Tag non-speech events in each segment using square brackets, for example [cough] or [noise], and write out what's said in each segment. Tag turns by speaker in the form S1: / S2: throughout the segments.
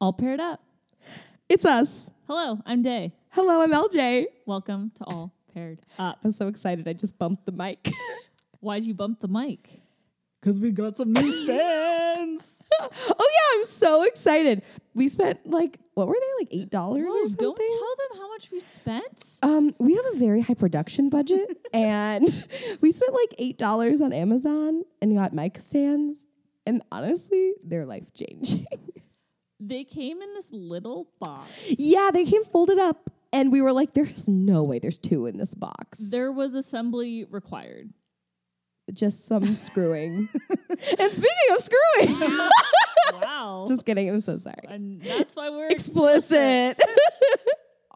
S1: All paired up.
S2: It's us.
S1: Hello, I'm Day.
S2: Hello, I'm LJ.
S1: Welcome to All Paired Up.
S2: Uh, I'm so excited. I just bumped the mic. [laughs]
S1: Why'd you bump the mic?
S3: Because we got some new stands.
S2: oh yeah, I'm so excited. We spent like what were they like eight dollars
S1: Whoa,
S2: or something?
S1: don't tell them how much we spent.
S2: um, we have a very high production budget, [laughs] and we spent like eight dollars on Amazon and got mic stands. And honestly, they're life [laughs] changing.
S1: They came in this little box.
S2: yeah, they came folded up, and we were like, "There's no way. There's two in this box.
S1: There was assembly required.
S2: just some [laughs] screwing." and speaking of screwing, [laughs]
S1: wow.
S2: just kidding. I'm so sorry.
S1: [laughs] and that's why we're
S2: Explicit.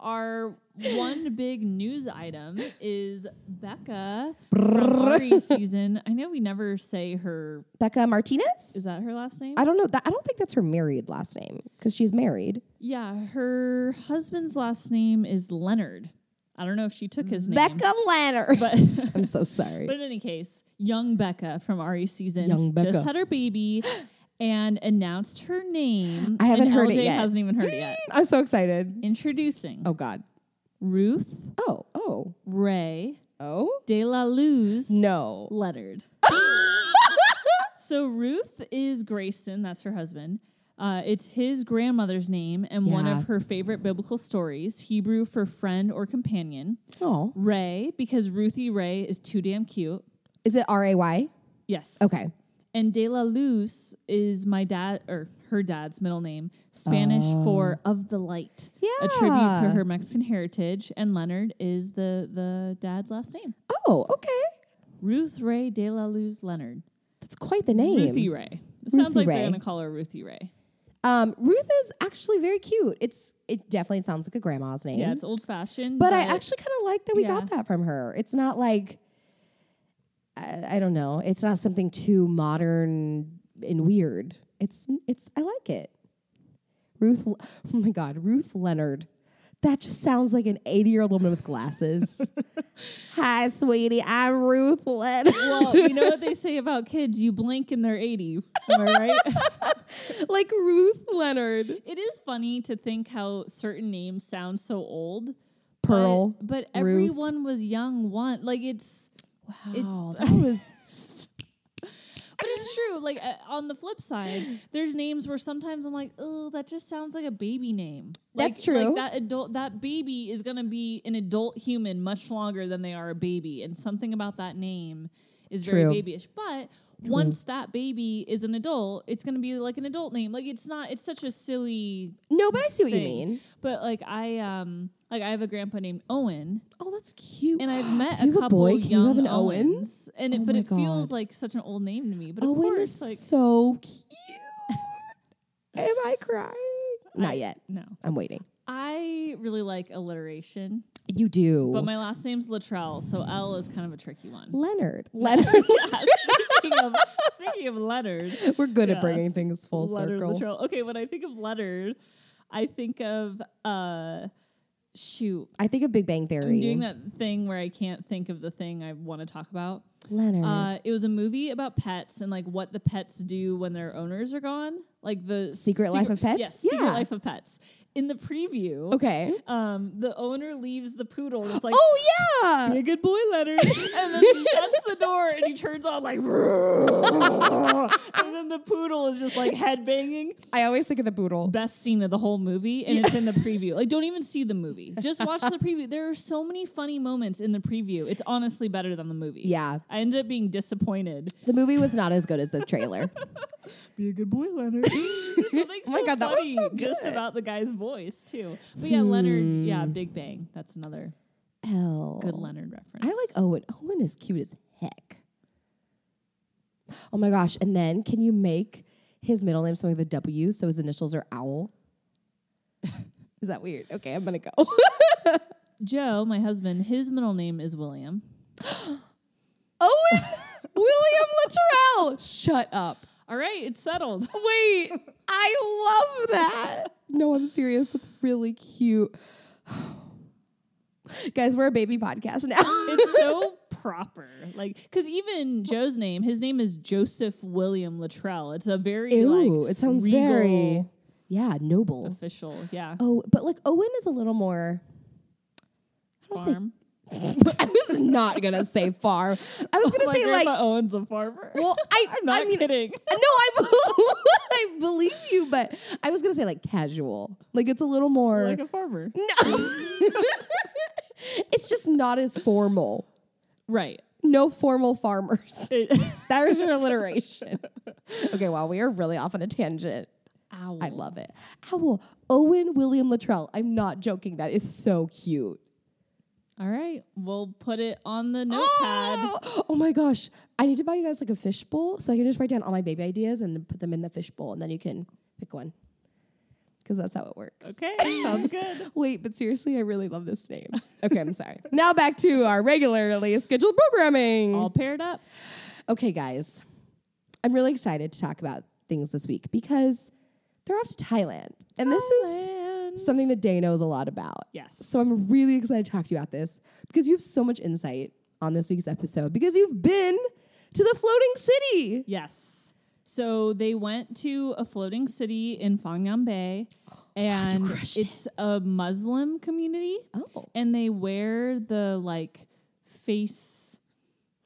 S1: Our one big news item is Becca from Ari season. I know we never say her.
S2: Becca Martinez.
S1: Is that her last name?
S2: I don't know. That, I don't think that's her married last name because she's married.
S1: Yeah, her husband's last name is Leonard. I don't know if she took his name.
S2: Becca Leonard.
S1: But
S2: [laughs]
S1: [laughs]
S2: I'm so sorry.
S1: but in any case, young Becca from RE season
S2: Young Becca.
S1: just had her
S2: [gasps]
S1: baby and announced her name.
S2: I haven't
S1: and
S2: heard it
S1: LJ
S2: yet.
S1: Hasn't even heard it yet.
S2: I'm so excited.
S1: Introducing
S2: Oh God.
S1: Ruth
S2: Oh oh
S1: Ray
S2: oh.
S1: De La Luz
S2: No. [laughs]
S1: Leonard. so Ruth is Grayston. That's her husband. Uh, it's his grandmother's name and one
S2: Yeah.
S1: of her favorite biblical stories, Hebrew for friend or companion.
S2: Oh.
S1: Ray, because Ruthie Ray is too damn cute.
S2: Is it R A Y?
S1: Yes.
S2: Okay.
S1: And De La Luz is my dad, or her dad's middle name, Spanish for of the light. A tribute to
S2: Oh. Yeah.
S1: her Mexican heritage. And Leonard is the, the dad's last name.
S2: Oh okay.
S1: Ruth Ray De La Luz Leonard.
S2: That's quite the name.
S1: Ruthie Ray. It sounds
S2: Ruthie
S1: like
S2: Ray.
S1: they're gonna call her Ruthie Ray.
S2: Um, Ruth is actually very cute. It's it definitely sounds like a grandma's name.
S1: Yeah, it's old fashioned.
S2: but I actually kind of like that we got
S1: Yeah.
S2: that from her. It's not like I, I don't know. It's not something too modern and weird. It's it's I like it. Ruth, Le- [laughs] oh my God, Ruth Leonard. That just sounds like an eighty-year-old woman
S1: [laughs]
S2: with glasses. Hi, sweetie. I'm Ruth
S1: [laughs]
S2: Leonard.
S1: well, you know what they say about kids, you blink and they're 80. Am I
S2: [laughs]
S1: right?
S2: [laughs] like Ruth Leonard.
S1: it is funny to think how certain names sound so old. but-
S2: Pearl.
S1: But,
S2: Ruth.
S1: everyone was young one. Like it's
S2: Wow, that was
S1: but it's true. Like uh, on the flip side, there's names where sometimes I'm like, "Oh, that just sounds like a baby name." Like-
S2: That's true.
S1: Like that adult that baby is going to be an adult human much longer than they are a baby, and something about that name is
S2: True.
S1: very babyish. But once that baby is an adult, it's going to be like an adult name. Like it's not it's such a silly
S2: no, but I see what you
S1: thing.
S2: mean.
S1: But like I um like I have a grandpa named Owen,
S2: Oh, that's cute.
S1: and I've
S2: [gasps]
S1: met
S2: Do you
S1: a
S2: have
S1: couple
S2: boy? Can
S1: young
S2: you have an Owen?
S1: Owens, and it,
S2: Oh
S1: but
S2: my
S1: it feels
S2: God.
S1: like such an old name to me. But of
S2: Owen
S1: course,
S2: is
S1: like
S2: so cute. Am I crying? Not
S1: I-
S2: yet.
S1: no,
S2: I'm waiting.
S1: I really like alliteration,
S2: You do.
S1: but my last name's Latrell, so L is kind of a tricky
S2: [laughs]
S1: one.
S2: Leonard. Leonard. [laughs]
S1: speaking, of, speaking of Leonard,
S2: We're good
S1: Yeah.
S2: at bringing things full
S1: Leonard
S2: circle.
S1: Latrell. Okay, when I think of Leonard, I think of uh, shoot.
S2: I think of Big Bang Theory.
S1: I'm doing that thing where I can't think of the thing I want to talk about.
S2: Leonard.
S1: Uh, it was a movie about pets and like what the pets do when their owners are gone, like the
S2: Secret Life of Pets?
S1: Yes, Secret
S2: Yeah.
S1: Life of Pets. In the preview, [laughs]
S2: okay.
S1: um, the owner leaves the poodle. And it's like,
S2: [gasps] Oh
S1: be
S2: yeah.
S1: a good boy, Leonard. and then he shuts the door and he turns on like, [laughs] and then the poodle is just like headbanging.
S2: I always think of the poodle.
S1: Best scene of the whole movie, and it's in the preview. Like, don't even see the movie. Just watch the preview. There are so many funny moments in the preview. It's honestly better than the movie.
S2: Yeah.
S1: I ended up being [laughs] disappointed.
S2: The movie was not as good as
S1: [laughs]
S2: the trailer.
S3: Be a good boy, Leonard.
S1: Something
S2: Oh my
S1: so
S2: God, that was
S1: funny
S2: so
S1: just
S2: good. Hmm.
S1: about the guy's voice too. But yeah, Leonard, yeah, Big Bang. That's another
S2: Hell.
S1: good Leonard reference.
S2: I like Owen. Owen is cute as heck. Oh my gosh. And then can you make his middle name something with a W so his initials are owl? [laughs] is that weird? Okay, I'm gonna go. [laughs]
S1: Joe, my husband. His middle name is William.
S2: Owen William Littrell. Shut up.
S1: All right, it's settled.
S2: Wait, I love that. No, I'm serious. That's really cute. [sighs] Guys, we're a baby
S1: [laughs]
S2: podcast now.
S1: It's so proper. Like, because even Joe's name, his name is Joseph William Luttrell. It's a very
S2: Ooh,
S1: like
S2: it sounds
S1: regal-
S2: very Yeah, noble.
S1: official. Yeah.
S2: Oh, but like Owen is a little more. I don't say
S1: Farm.
S2: [laughs] I was not gonna say farm. I was gonna
S1: Oh My
S2: say
S1: grandpa
S2: like.
S1: Owen's a farmer.
S2: Well, I,
S1: [laughs] I'm not
S2: I mean,
S1: kidding.
S2: No, I, [laughs] I believe you, but I was gonna say like casual. Like it's a little more. [laughs]
S1: Like a farmer.
S2: it's just not as formal.
S1: Right.
S2: No formal farmers. [laughs]
S1: It- [laughs]
S2: There's your alliteration. Okay, wow, we are really off on a tangent.
S1: Owl.
S2: I love it. Owl. Owen William Luttrell. I'm not joking. That is so cute.
S1: All right. We'll put it on the notepad.
S2: [gasps] Oh! oh my gosh. I need to buy you guys like a fishbowl so I can just write down all my baby ideas and put them in the fishbowl and then you can pick one. Because that's how it works.
S1: Okay. Sounds good.
S2: Wait, but seriously, I really love this name. Okay, I'm sorry. Now back to our regularly scheduled programming.
S1: All paired up.
S2: Okay, guys, I'm really excited to talk about things this week because they're off to Thailand. And this
S1: And-
S2: is something that Day knows a lot about.
S1: Yes.
S2: So I'm really excited to talk to you about this because you have so much insight on this week's episode because you've been to the floating city.
S1: Yes. So they went to a floating city in Fangnam [gasps] Bay, and
S2: crushed it.
S1: it's a Muslim community,
S2: Oh.
S1: and they wear the like face,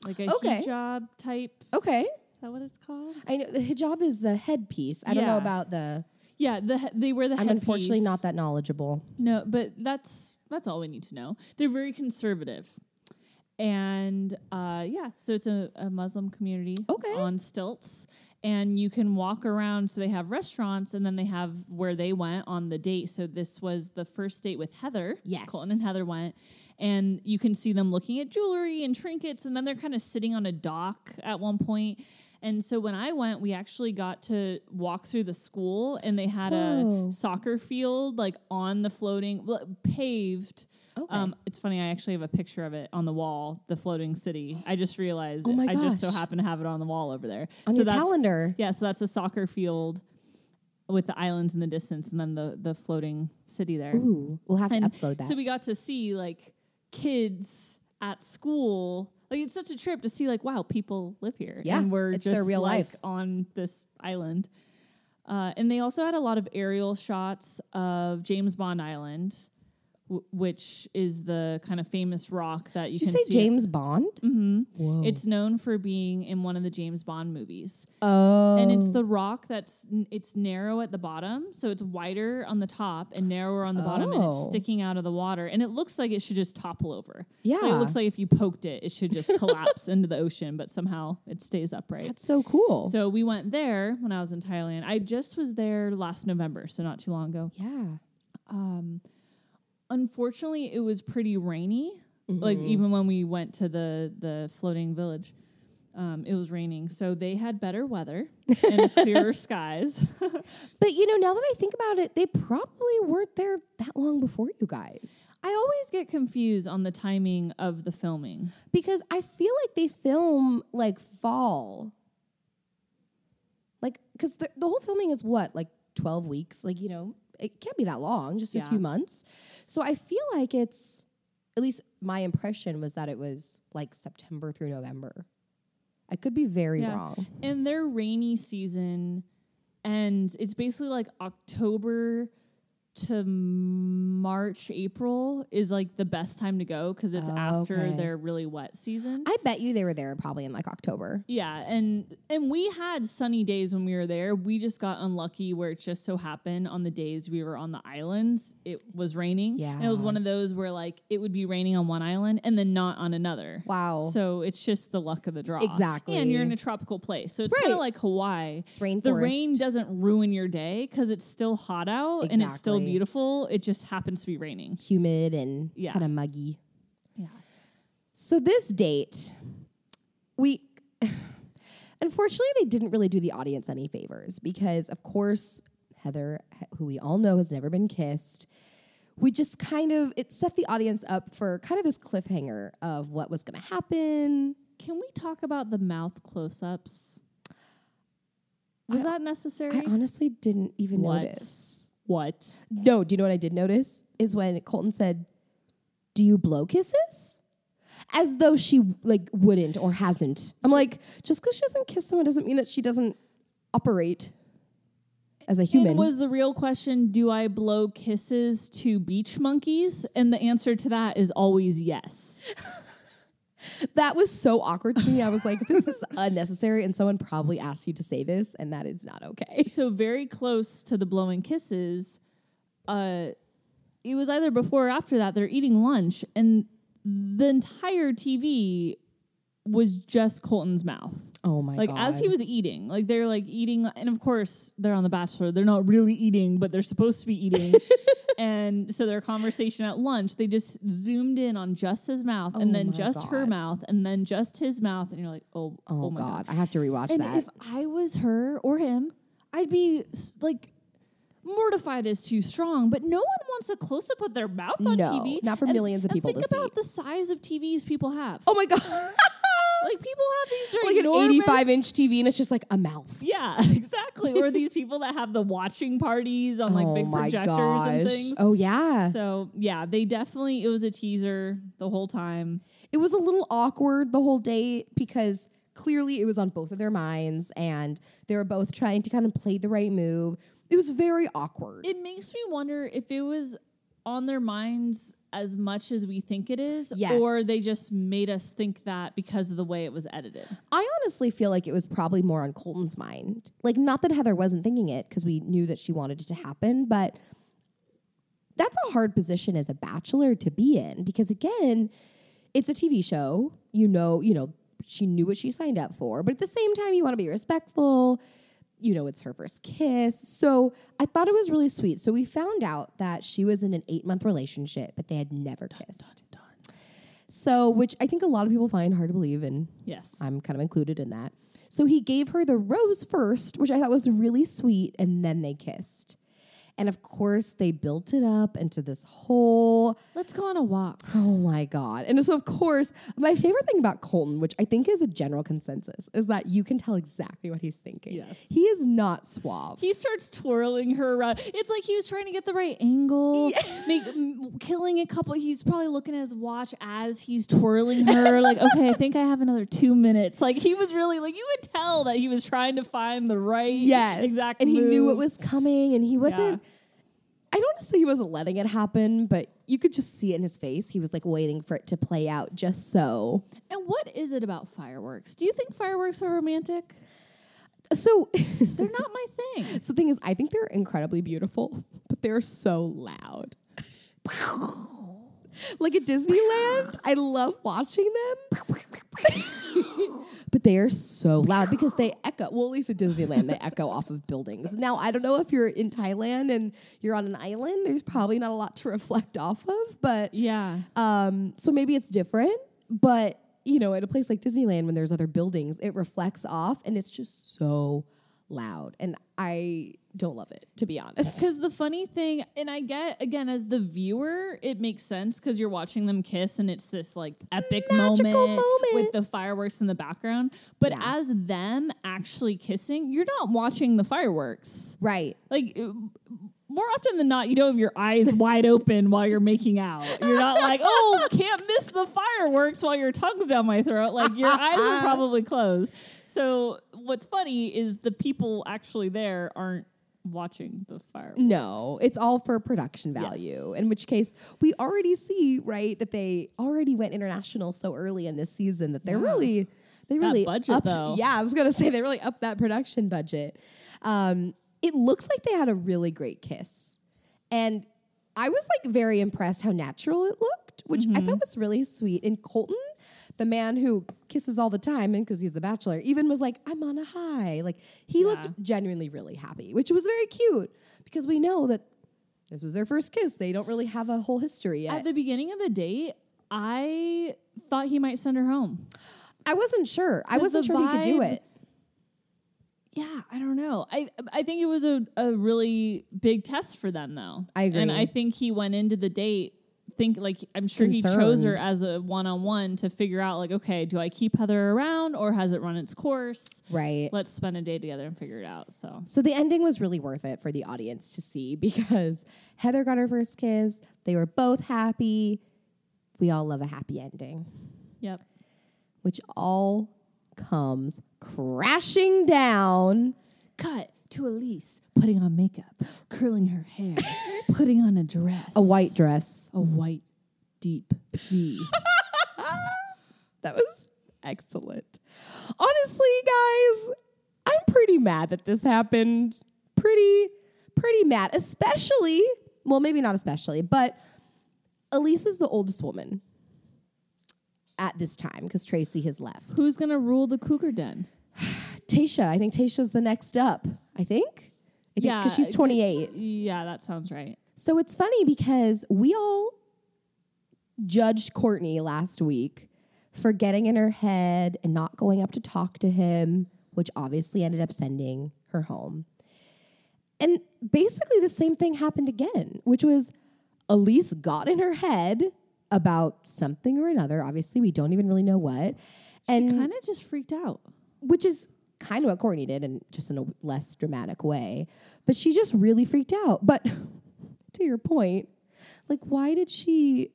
S1: like a
S2: Okay.
S1: hijab type.
S2: Okay.
S1: Is that what it's called?
S2: I know the hijab is the headpiece. I don't know
S1: Yeah.
S2: about the
S1: Yeah, the he- they wear the.
S2: I'm unfortunately
S1: headpiece.
S2: not that knowledgeable.
S1: No, but that's that's all we need to know. They're very conservative, and uh, yeah, so it's a, a Muslim community
S2: Okay.
S1: on stilts, and you can walk around. So they have restaurants, and then they have where they went on the date. So this was the first date with Heather.
S2: Yes.
S1: Colton and Heather went, and you can see them looking at jewelry and trinkets, and then they're kind of sitting on a dock at one point. And so when I went, we actually got to walk through the school, and they had
S2: Whoa.
S1: a soccer field like on the floating well, paved.
S2: Okay.
S1: Um, it's funny. I actually have a picture of it on the wall, the floating city. I just realized.
S2: [gasps] Oh my
S1: I just so
S2: gosh.
S1: happen to have it on the wall over there.
S2: On
S1: so
S2: your
S1: that's-
S2: calendar.
S1: Yeah, so that's a soccer field with the islands in the distance, and then the the floating city there.
S2: Ooh, we'll have to
S1: And
S2: upload that.
S1: So we got to see like kids at school. Like it's such a trip to see like wow, people live here.
S2: Yeah,
S1: and we're
S2: it's
S1: just
S2: their real
S1: like,
S2: life.
S1: on this island. Uh, and they also had a lot of aerial shots of James Bond Island, w- which is the kind of famous rock that you
S2: Did you
S1: can
S2: say
S1: see.
S2: James Bond?
S1: hmm
S2: Whoa.
S1: It's known for being in one of the James Bond movies
S2: oh,
S1: and it's the rock that's n- it's narrow at the bottom, so it's wider on the top and narrower on the bottom, and
S2: Oh.
S1: it's sticking out of the water. And it looks like it should just topple over.
S2: yeah.
S1: Like, it looks like if you poked it, it should
S2: [laughs]
S1: just collapse into the ocean, but somehow it stays upright.
S2: That's so cool.
S1: So we went there when I was in Thailand. I just was there last November, so not too long ago.
S2: yeah.
S1: Um, unfortunately, it was pretty rainy. Like
S2: Mm-hmm.
S1: even when we went to the the floating village, um, it was raining. So they had better weather
S2: [laughs]
S1: and clearer skies. [laughs]
S2: But you know, now that I think about it, they probably weren't there that long before you guys.
S1: I always get confused on the timing of the filming.
S2: Because I feel like they film like fall. Like, because the, the whole filming is what, like 12 weeks? Like, you know, it can't be that long, just a
S1: Yeah.
S2: few months. So I feel like it's, at least my impression was that it was like September through November. I could be very
S1: Yeah.
S2: wrong.
S1: And their rainy season ends. It's basically like October to March, April is like the best time to go because it's after
S2: Oh, Okay.
S1: their really wet season.
S2: I bet you they were there probably in like October.
S1: Yeah, and and we had sunny days when we were there. We just got unlucky where it just so happened on the days we were on the islands, it was raining. And it was
S2: Yeah.
S1: one of those where like it would be raining on one island and then not on another.
S2: Wow.
S1: So it's just the luck of the draw.
S2: Exactly.
S1: And you're in a tropical place. So it's kind
S2: Right.
S1: of like Hawaii.
S2: it's rainforest.
S1: The rain doesn't ruin your day because it's still hot out and it's still
S2: Exactly.
S1: beautiful. It just happens to be raining.
S2: humid and
S1: Yeah.
S2: kind of muggy.
S1: Yeah.
S2: So this date, we [sighs] unfortunately they didn't really do the audience any favors because of course Heather, who we all know has never been kissed, we just kind of it set the audience up for kind of this cliffhanger of what was going to happen.
S1: Can we talk about the mouth close ups? Was
S2: I-
S1: that necessary?
S2: I honestly didn't even
S1: What?
S2: notice.
S1: what?
S2: No, do you know what I did notice is when Colton said, "Do you blow kisses?" As though she like wouldn't or hasn't. I'm like, just because she doesn't kiss someone doesn't mean that she doesn't operate. as a
S1: And
S2: human.
S1: was the real question, do I blow kisses to beach monkeys? And the answer to that is always yes.
S2: [laughs] that was so awkward to me. I was like, this is unnecessary, and someone probably asked you to say this, and that is
S1: [laughs]
S2: not okay.
S1: So very close to the blowing kisses, uh, it was either before or after that. They're eating lunch, and the entire TV was just Colton's mouth.
S2: Oh my
S1: Like
S2: god!
S1: as he was eating, like they're like eating, and of course they're on The Bachelor. They're not really eating, but they're supposed to be
S2: [laughs]
S1: eating. and so their conversation at lunch, they just zoomed in on just his mouth,
S2: Oh
S1: and then
S2: my
S1: just her
S2: God.
S1: mouth, and then just his mouth, and you're like, oh,
S2: oh,
S1: oh, my god.
S2: god. I have to rewatch
S1: And
S2: that.
S1: if I was her or him, I'd be s- like mortified is too strong, but no one wants a close up of their mouth on
S2: No,
S1: TV.
S2: not for
S1: And-
S2: millions of
S1: and
S2: people
S1: Think
S2: to
S1: about the size of TVs people have. [laughs]
S2: oh my god!
S1: Like people have these
S2: like an
S1: enormous-
S2: eighty-five inch TV, and it's just like a mouth.
S1: Yeah, [laughs] exactly. or these people that have the watching parties on like
S2: oh
S1: big
S2: my
S1: projectors
S2: gosh!
S1: and things.
S2: Oh yeah.
S1: So yeah, they definitely it was a teaser the whole time.
S2: it was a little awkward the whole date because clearly it was on both of their minds and they were both trying to kind of play the right move. It was very awkward.
S1: It makes me wonder if it was on their minds as much as we think it is,
S2: Yes.
S1: or they just made us think that because of the way it was edited.
S2: I honestly feel like it was probably more on Colton's mind. Like, not that Heather wasn't thinking it because we knew that she wanted it to happen, but that's a hard position as a bachelor to be in because, again, it's a TV show. You know, you know, she knew what she signed up for, but at the same time, you want to be respectful. You know, it's her first kiss. So I thought it was really sweet. So we found out that she was in an eight month relationship, but they had never kissed. So, which I think a lot of people find hard to believe and
S1: Yes.
S2: I'm kind of included in that. So he gave her the rose first, which I thought was really sweet, and then they kissed. And of course, they built it up into this whole
S1: Let's go on a walk.
S2: oh my god. And so of course, my favorite thing about Colton, which I think is a general consensus, is that you can tell exactly what he's thinking.
S1: Yes.
S2: He is not suave.
S1: He starts twirling her around. It's like he was trying to get the right angle, make, m- killing a couple. He's probably looking at his watch as he's twirling her. [laughs] like, okay, I think I have another two minutes. Like he was really like you could tell that he was trying to find the right
S2: yes.
S1: exact
S2: And he knew
S1: move.
S2: it was coming and he wasn't I don't want to say he wasn't letting it happen, but you could just see it in his face. He was like waiting for it to play out just so.
S1: And what is it about fireworks? Do you think fireworks are romantic?
S2: So [laughs]
S1: They're not my thing.
S2: So the thing is, I think they're incredibly beautiful, but they're so loud. like at Disneyland, I love watching them. but they are so loud because they echo. Well, at least at Disneyland, they echo off of buildings. Now, I don't know if you're in Thailand and you're on an island, there's probably not a lot to reflect off of, but
S1: Yeah.
S2: um, so maybe it's different, but you know, at a place like Disneyland, when there's other buildings, it reflects off, and it's just so loud, and I don't love it to be honest.
S1: Because the funny thing, and I get again as the viewer, it makes sense because you're watching them kiss and it's this like epic
S2: Magical moment.
S1: with the fireworks in the background. But
S2: Yeah.
S1: as them actually kissing, you're not watching the fireworks.
S2: Right?
S1: Like it- more often than not, you don't have your eyes wide open while you're making out. You're not like, oh, can't miss the fireworks while your tongue's down my throat. Like your eyes are probably closed. So what's funny is the people actually there aren't watching the fireworks.
S2: No, it's all for production value.
S1: Yes.
S2: In which case, we already see right that they already went international so early in this season that they're really they really
S1: budget,
S2: upped-
S1: though.
S2: Yeah, I was gonna say they really upped that production budget. Um, it looked like they had a really great kiss, and I was like very impressed how natural it looked, which I
S1: Mm-hmm.
S2: thought was really sweet. And Colton. The man who kisses all the time, and because he's the bachelor, even was like, "I'm on a high." Like he looked
S1: Yeah.
S2: genuinely really happy, which was very cute because we know that this was their first kiss. They don't really have a whole history yet.
S1: At the beginning of the date, I thought he might send her home.
S2: I wasn't sure. I
S1: 'Cause
S2: wasn't
S1: the
S2: sure he could do
S1: vibe-
S2: it.
S1: Yeah, I don't know. I I think it was a, a really big test for them though.
S2: I agree.
S1: And I think he went into the date think like I'm sure he chose her
S2: Concerned.
S1: as a one on one to figure out like, okay, do I keep Heather around or has it run its course?
S2: Right.
S1: Let's spend a day together and figure it out. So
S2: So the ending was really worth it for the audience to see [laughs] because Heather got her first kiss. They were both happy. We all love a happy ending,
S1: yep.
S2: which all comes crashing down.
S1: Cut to Elise putting on makeup, curling her [laughs] hair, putting on a dress.
S2: A white dress.
S1: a white deep V.
S2: That was excellent. Honestly, guys, I'm pretty mad that this happened. Pretty, pretty mad. Especially, well, maybe not especially, but Elise is the oldest woman at this time because Tracy has left.
S1: [laughs] Who's gonna rule the cougar den?
S2: Tasha, I think Tasha's the next up. I think. I think because she's 28.
S1: Yeah, that sounds right.
S2: So it's funny because we all judged Courtney last week for getting in her head and not going up to talk to him, which obviously ended up sending her home. And basically the same thing happened again, which was Elise got in her head about something or another. Obviously, we don't even really know what. And
S1: Kind of just freaked out.
S2: which is kind of what Courtney did, and just in a less dramatic way. But she just really freaked out. But [laughs] to your point, like, why did she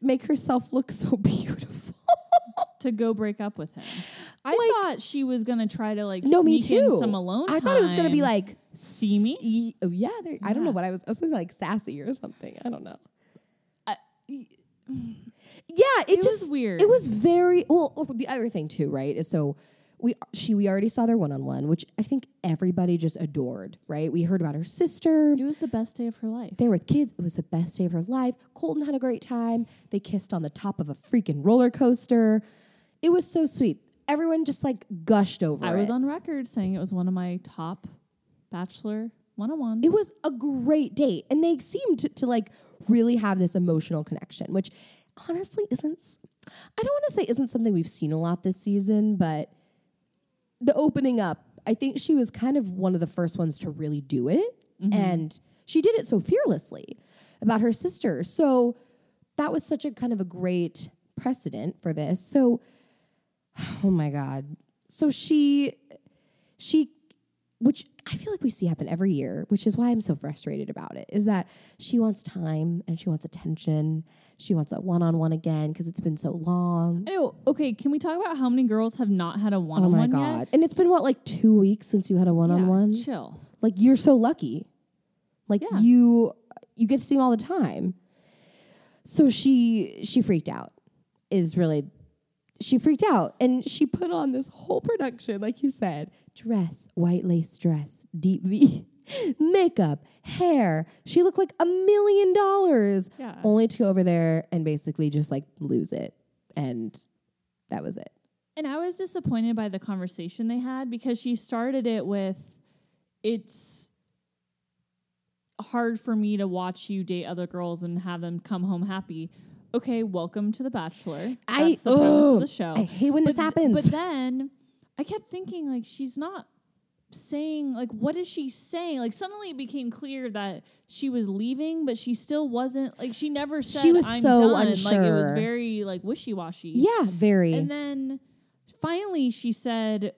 S2: make herself look so [laughs] beautiful?
S1: to go break up with him. I thought she was gonna try to like
S2: no, me
S1: sneak
S2: too.
S1: in some alone
S2: I thought it was gonna be
S1: time.
S2: like
S1: See me?
S2: see- Oh yeah, there, I don't know
S1: Yeah.
S2: what I was. I was thinking like sassy or something. I don't know.
S1: I-
S2: Yeah, it,
S1: It was
S2: just
S1: weird.
S2: It was very well. oh, The other thing too, right? Is so we she we already saw their one on one, which I think everybody just adored. Right? We heard about her sister.
S1: it was the best day of her life.
S2: They were with kids. It was the best day of her life. Colton had a great time. They kissed on the top of a freaking roller coaster. It was so sweet. Everyone just like gushed over
S1: I
S2: it.
S1: was on record saying it was one of my top bachelor one on ones.
S2: It was a great date, and they seemed to, to like really have this emotional connection, which honestly isn't. s- I don't want to say isn't something we've seen a lot this season, but the opening up. I think she was kind of one of the first ones to really do it, and she did it so fearlessly about her sister. So that was such a kind of a great precedent for this. So, oh my god. So she she which I feel like we see happen every year, which is why I'm so frustrated about it, is that she wants time and she wants attention. She wants a one on one again because it's been so long.
S1: Anyway, okay, can we talk about how many girls have not had a one
S2: Oh
S1: on
S2: my
S1: one
S2: God.
S1: yet?
S2: And it's been what, like two weeks since you had a one on one?
S1: Yeah, chill.
S2: Like you're so lucky. Like
S1: Yeah.
S2: you you get to see him all the time. So she she freaked out is really she freaked out and she put on this whole production like you said dress white lace dress deep v [laughs] makeup hair she looked like a million dollars
S1: Yeah.
S2: only to go over there and basically just like lose it and that was it
S1: And I was disappointed by the conversation they had because she started it with, "It's hard for me to watch you date other girls and have them come home happy." Okay, welcome to the Bachelor. That's
S2: I-
S1: the premise
S2: ugh,
S1: of the show.
S2: i hate when
S1: but,
S2: this happens
S1: But then I kept thinking, like, she's not saying, like, what is she saying? Like, suddenly it became clear that she was leaving, but she still wasn't. Like, she never said,
S2: She was
S1: "I'm
S2: so
S1: done." Like, it was
S2: unsure.
S1: very like wishy washy.
S2: yeah very
S1: And then finally she said,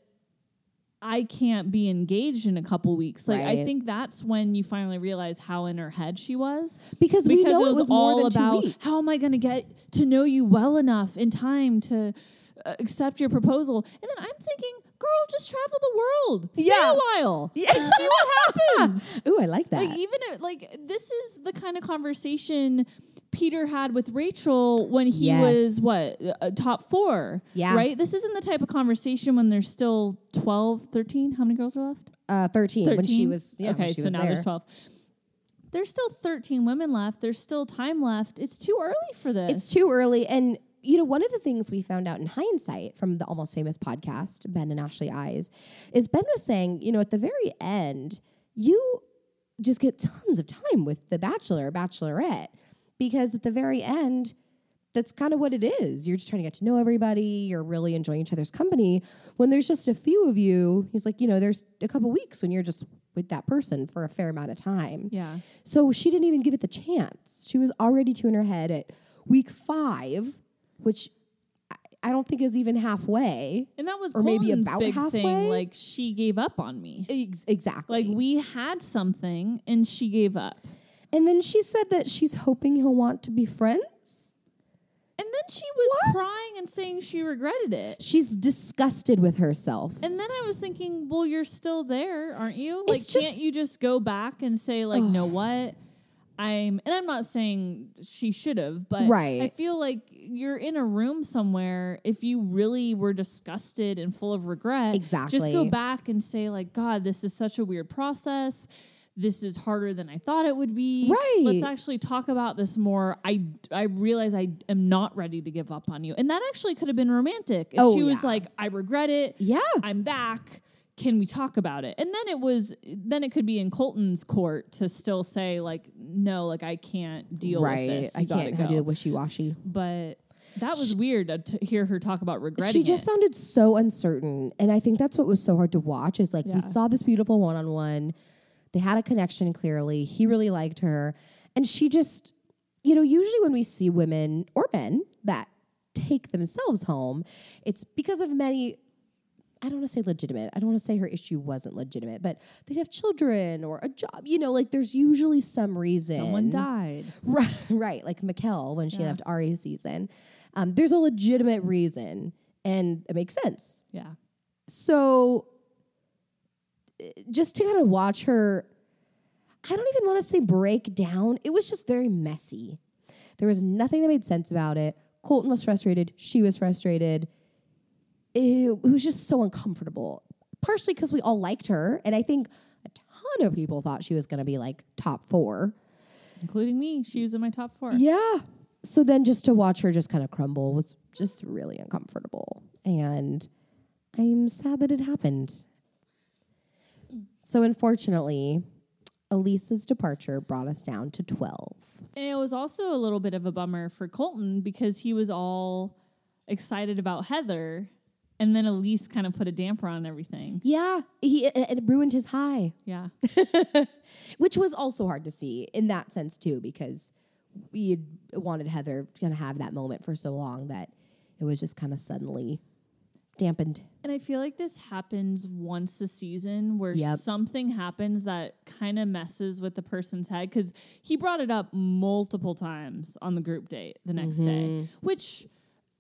S1: I can't be engaged in a couple weeks. Like I
S2: Right.
S1: think that's when you finally realize how in her head she was.
S2: because we
S1: Because
S2: know
S1: it was,
S2: more
S1: all
S2: than
S1: about
S2: two weeks
S1: how am [laughs] I gonna get to know you well enough in time to uh, accept your proposal. And then I'm thinking, girl, just travel the world. Stay
S2: Yeah.
S1: a while.
S2: yeah. see what happens [laughs] ooh i like that
S1: Like even if, like this is the kind of conversation Peter had with Rachel when he
S2: Yes.
S1: was what uh, top 4.
S2: Yeah.
S1: Right? This isn't the type of conversation when there's still 12, 13, how many girls are left?
S2: uh, 13, when she
S1: 13?
S2: was yeah,
S1: Okay,
S2: when she
S1: so
S2: was
S1: now
S2: there.
S1: there's 12. There's still 13 women left. There's still time left. It's too early for this.
S2: It's too early. And, you know, one of the things we found out in hindsight from the Almost Famous podcast, Ben and Ashley Eyes, is Ben was saying, you know, at the very end, you just get tons of time with the bachelor or bachelorette because at the very end, that's kind of what it is. You're just trying to get to know everybody. You're really enjoying each other's company. When there's just a few of you, he's like, you know, there's a couple weeks when you're just with that person for a fair amount of time.
S1: Yeah.
S2: So she didn't even give it the chance. She was already two in her head at week five, which I- I don't think is even halfway.
S1: And that was
S2: Or maybe
S1: Colton's
S2: about
S1: big
S2: halfway?
S1: thing like she gave up on me.
S2: Ex- exactly.
S1: Like we had something and she gave up.
S2: and then she said that she's hoping he'll want to be friends.
S1: And then she was crying and saying she regretted it.
S2: She's disgusted with herself.
S1: And then I was thinking, well, you're still there, aren't you? Like,
S2: It's
S1: can't
S2: just-
S1: you just go back and say, like, know what? I'm, and I'm not saying she should have, but
S2: Right.
S1: I feel like you're in a room somewhere. If you really were disgusted and full of regret, just go
S2: Exactly.
S1: back and say, like, God, this is such a weird process. This is harder than I thought it would be.
S2: Right.
S1: Let's actually talk about this more. I I realize I am not ready to give up on you, and that actually could have been romantic. If
S2: Oh,
S1: she was
S2: yeah.
S1: like, I regret it.
S2: yeah.
S1: I'm back. Can we talk about it? And then it was then it could be in Colton's court to still say like no, like I can't deal
S2: right.
S1: with this. You
S2: I
S1: gotta
S2: can't do
S1: go.
S2: the wishy washy.
S1: But that was weird to- to hear her talk about regretting.
S2: She just
S1: it.
S2: sounded so uncertain. And I think that's what was so hard to watch is like
S1: Yeah.
S2: we saw this beautiful one on one. They had a connection clearly. He really liked her. And she just, you know, usually when we see women or men that take themselves home, it's because of many I don't want to say legitimate. I don't want to say her issue wasn't legitimate, but they have children or a job. You know, like there's usually some reason
S1: someone died.
S2: Right, [laughs] right. Like Mikkel when she
S1: Yeah.
S2: left Ari's season. Um, there's a legitimate reason, and it makes sense.
S1: Yeah,
S2: So, uh, just to kind of watch her, I don't even want to say break down. It was just very messy. There was nothing that made sense about it. Colton was frustrated. She was frustrated. It, it was just so uncomfortable. Partially because we all liked her, and I think a ton of people thought she was going to be like top four.
S1: including me. She was in my top four.
S2: Yeah. So then just to watch her just kind of crumble was just really uncomfortable. And I'm sad that it happened. So unfortunately, Elisa's departure brought us down to 12.
S1: And it was also a little bit of a bummer for Colton because he was all excited about Heather, and then Elise kind of put a damper on everything.
S2: Yeah, he it, it ruined his high,
S1: Yeah,
S2: which was also hard to see in that sense too because we had wanted Heather to kind of have that moment for so long that it was just kind of suddenly dampened.
S1: and I feel like this happens once a season where
S2: Yep.
S1: something happens that kind of messes with the person's head because he brought it up multiple times on the group date the next day,
S2: Mm-hmm.
S1: which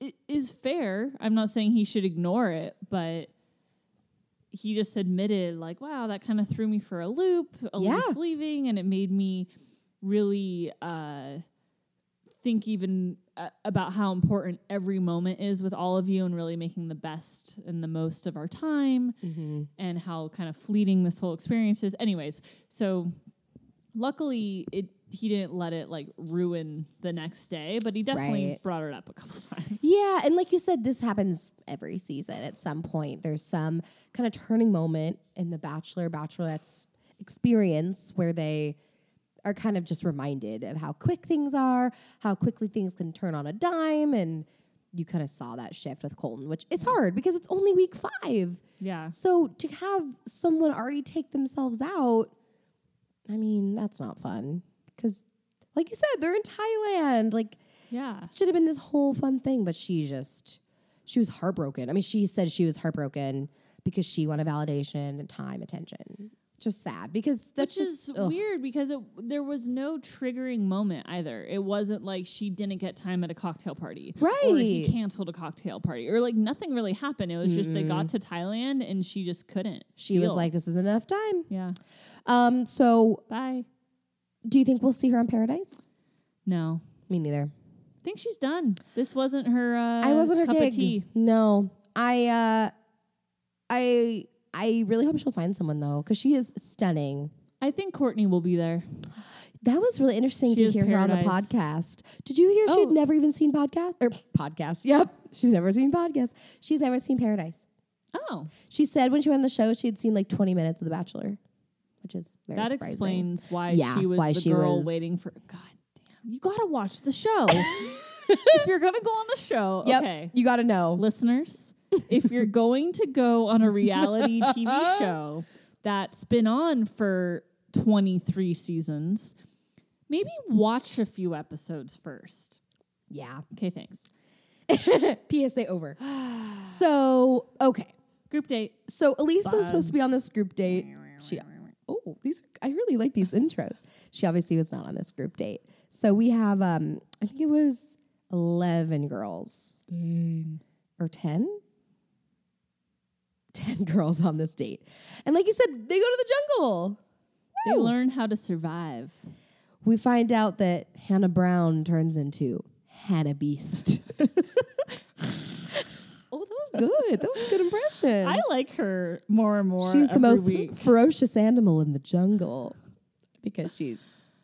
S1: i- is fair. I'm not saying he should ignore it, but. he just admitted like wow that kind of threw me for a loop elise
S2: Yeah.
S1: leaving and it made me really uh, think even uh, about how important every moment is with all of you and really making the best and the most of our time
S2: Mm-hmm.
S1: and how kind of fleeting this whole experience is anyways so luckily it he didn't let it like ruin the next day but he definitely
S2: Right.
S1: brought it up a couple [laughs] times
S2: Yeah, and like you said, this happens every season. At some point, there's some kind of turning moment in the Bachelor Bachelorette's experience where they are kind of just reminded of how quick things are, how quickly things can turn on a dime, and you kind of saw that shift with Colton, which it's hard because it's only week five.
S1: yeah
S2: So to have someone already take themselves out, I mean, that's not fun because, like you said, they're in Thailand. Like
S1: yeah
S2: should have been this whole fun thing, but she just she was heartbroken. I mean, she said she was heartbroken because she wanted validation and time, attention. Just sad because that's
S1: Which
S2: just
S1: is
S2: ugh.
S1: weird because it, there was no triggering moment either. It wasn't like she didn't get time at a cocktail party, Or he
S2: Right.
S1: canceled a cocktail party, or like nothing really happened. It was just they
S2: Mm-hmm.
S1: got to Thailand and she just couldn't.
S2: She was
S1: deal.
S2: like, "This isn't enough time."
S1: "Yeah,
S2: Um. So,
S1: bye."
S2: do you think we'll see her on Paradise?
S1: No,
S2: Me neither.
S1: I think she's done. This wasn't her. Uh,
S2: I wasn't her
S1: cup
S2: gig.
S1: of tea.
S2: No, I. uh I. I really hope she'll find someone though, because she is stunning.
S1: I think Courtney will be there.
S2: That was really interesting
S1: She
S2: to
S1: is
S2: hear her on the
S1: paradise.
S2: podcast. Did you hear she'd
S1: Oh.
S2: never even seen podcast or podcast? Yep, she's never seen podcast. She's never seen Paradise.
S1: Oh,
S2: She said when she went on the show, she had seen like twenty minutes of The Bachelor, which is very
S1: that
S2: surprising.
S1: explains why
S2: Yeah,
S1: she was
S2: why
S1: the
S2: she
S1: girl
S2: was-
S1: waiting for. God damn, you gotta watch the
S2: [laughs]
S1: show. if you're gonna go on the show,
S2: Yep,
S1: okay.
S2: you got to know.
S1: listeners, if
S2: [laughs]
S1: you're going to go on a reality TV show that's been on for 23 seasons, maybe watch a few episodes first.
S2: Yeah.
S1: Okay, thanks.
S2: PSA
S1: [sighs]
S2: over. so okay,
S1: Group date.
S2: so Elise was supposed to be on
S1: Bugs.
S2: this group date. She. Oh, these I really like these intros. She obviously was not on this group date. So we have um I think it was 11 girls
S3: Dang.
S2: or [laughs] 10? 10 girls on this date. And like you said, they go to the jungle.
S1: They learn how to survive.
S2: We find out that Hannah Brown turns into Hannah Beast. [laughs] oh, that was good. That was a good impression.
S1: I like her more and more.
S2: she's the
S1: every
S2: most
S1: week.
S2: ferocious animal in the jungle because she's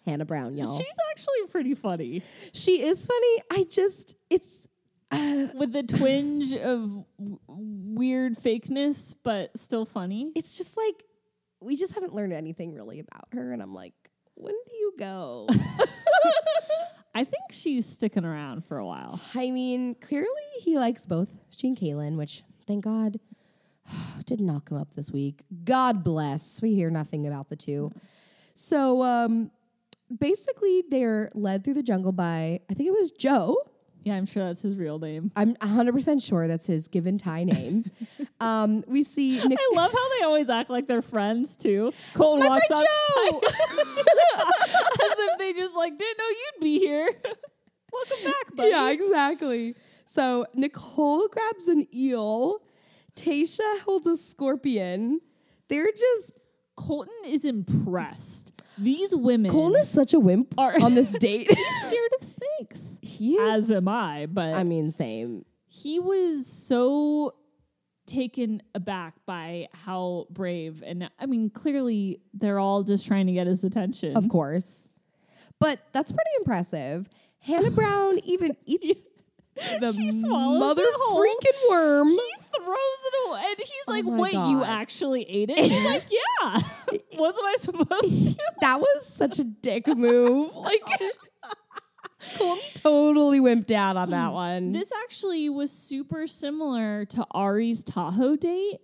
S2: Hannah Brown, y'all.
S1: She's actually pretty funny
S2: she is funny. I just, it's, uh,
S1: with the twinge of w- weird fakeness, but still funny.
S2: it's just like we just haven't learned anything really about her and i'm like when do you go
S1: I think she's sticking around for a while.
S2: i mean clearly he likes both she and kaylin which thank god [sighs] did not come up this week god bless we hear nothing about the two so um basically they're led through the jungle by i think it was joe
S1: Yeah, I'm sure that's his real name.
S2: i'm 100% sure that's his given
S1: [laughs]
S2: thai name um we see Nick- [laughs]
S1: I love how they always act like they're friends too. Colton
S2: my
S1: walks
S2: friend
S1: up
S2: [laughs] joe
S1: [laughs] as if they just like didn't know you'd be here. [laughs] Welcome back, buddy.
S2: [laughs] Yeah, exactly. So Nicole grabs an eel. Tasha holds a scorpion. They're just
S1: Colton is impressed. These women
S2: Colin is such a wimp
S1: Are- [laughs]
S2: on this date. [laughs]
S1: scared of snakes.
S2: he
S1: As
S2: is.
S1: am I, but
S2: I mean, same.
S1: he was so taken aback by how brave and I mean clearly they're all just trying to get his attention.
S2: Of course. But that's pretty impressive. Hannah
S1: [laughs]
S2: Brown even eats the
S1: She swallows
S2: mother
S1: it whole.
S2: freaking worm.
S1: He throws it away and he's like,
S2: my
S1: "Wait,
S2: God.
S1: you actually ate it?" He's like, "Yeah." [laughs] Wasn't I supposed to?
S2: That was such a dick move.
S1: [laughs]
S2: Like [laughs] Colin totally wimped out on that one.
S1: This actually was super similar to Ari's Tahoe date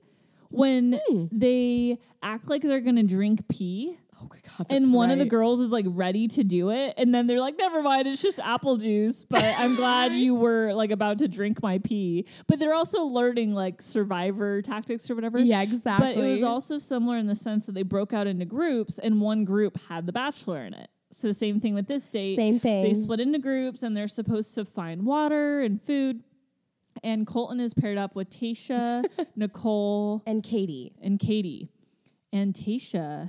S1: when
S2: Hmm.
S1: they act like they're going to drink pee.
S2: oh my god.
S1: and
S2: that's
S1: one of the
S2: right.
S1: girls is like ready to do it and then they're like never mind it's just apple juice but i'm glad
S2: [laughs]
S1: you were like about to drink my pee but they're also learning like survivor tactics or whatever
S2: Yeah, exactly.
S1: but it was also similar in the sense that they broke out into groups and one group had the bachelor in it so same thing with this date
S2: Same thing.
S1: they split into groups and they're supposed to find water and food and colton is paired up with
S2: [laughs]
S1: tasha nicole
S2: and Katie.
S1: and Katie. And Tasha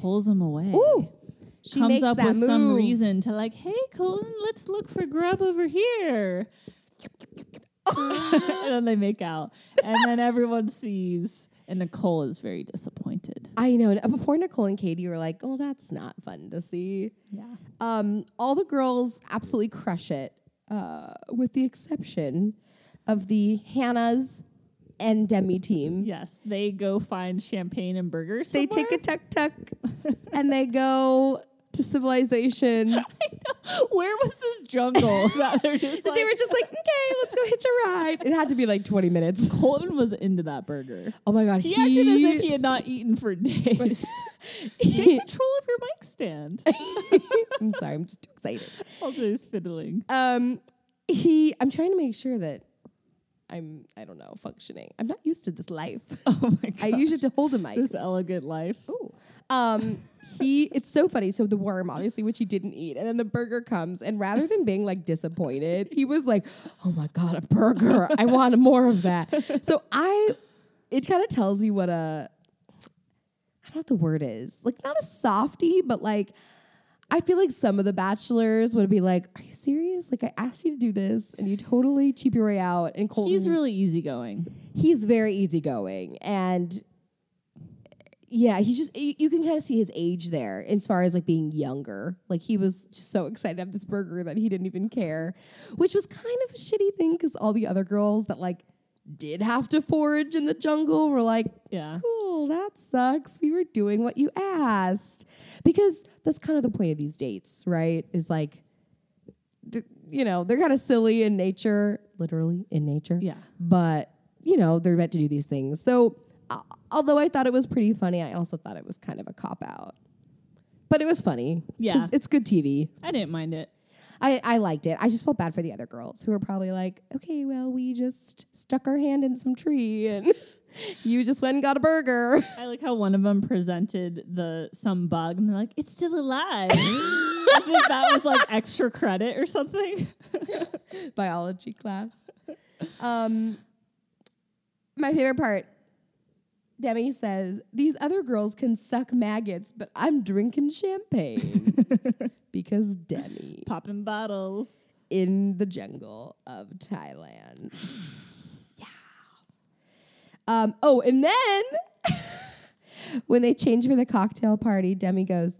S1: pulls him away.
S2: Ooh. She
S1: comes
S2: makes
S1: up
S2: that
S1: with some
S2: move.
S1: reason to like, hey Colton, let's look for grub over here. [laughs] and then they make out. And then everyone sees. And Nicole is very disappointed.
S2: I know. and Before Nicole and Katie were like, oh, that's not fun to see.
S1: Yeah.
S2: Um, all the girls absolutely crush it, uh, with the exception of the Hannah's and Demi team.
S1: Yes. They go find champagne and burgers.
S2: They take a tuk tuk and they go
S1: [laughs]
S2: to civilization.
S1: Where was this jungle [laughs] that
S2: [laughs]
S1: they're just like,
S2: they were just like, okay, let's go hitch a ride. It had to be like 20 minutes.
S1: Colton was into that burger.
S2: Oh my God.
S1: He, acted as if he had not eaten for [laughs] days. Take [laughs]
S2: [laughs]
S1: control of your mic stand. [laughs]
S2: I'm sorry, I'm just too excited.
S1: Aljo's fiddling.
S2: um he i'm trying to make sure that i'm i don't know functioning i'm not used to this life
S1: [laughs] Oh my god.
S2: i usually have to hold a mic
S1: this elegant life.
S2: Ooh. um he it's so funny so the worm obviously which he didn't eat and then the burger comes and rather than being like disappointed he was like oh my god a burger i want more of that so i it kind of tells you what a i don't know what the word is like not a softy but like I feel like some of the bachelors would be like, "Are you serious? Like I asked you to do this, and you totally cheap your way out." And Colton,
S1: He's really easygoing.
S2: he's very easygoing, and yeah, he just you, you can kind of see his age there as far as like being younger. Like he was just so excited to have this burger that he didn't even care, which was kind of a shitty thing because all the other girls that like did have to forage in the jungle were like,
S1: Yeah.
S2: cool, that sucks. We were doing what you asked. Because that's kind of the point of these dates, right? Is like, th- you know, they're kind of silly in nature, literally in nature.
S1: Yeah.
S2: But, you know, they're meant to do these things. So, uh, although I thought it was pretty funny, I also thought it was kind of a cop out. But it was funny. 'cause
S1: Yeah.
S2: It's good TV.
S1: I didn't mind it.
S2: I, I liked it. I just felt bad for the other girls who were probably like, okay, well, we just stuck our hand in some tree and [laughs] you just went and got a burger. [laughs]
S1: I like how one of them presented the some [laughs] bug and they're like, it's still alive. As if that was like extra credit or something. [laughs]
S2: biology class. Um, my favorite part Demi says, These other girls can suck maggots, but I'm drinking champagne because Demi
S1: Popping bottles.
S2: in the jungle of Thailand. Yes. Um, oh, and then [laughs] when they change for the cocktail party, Demi goes,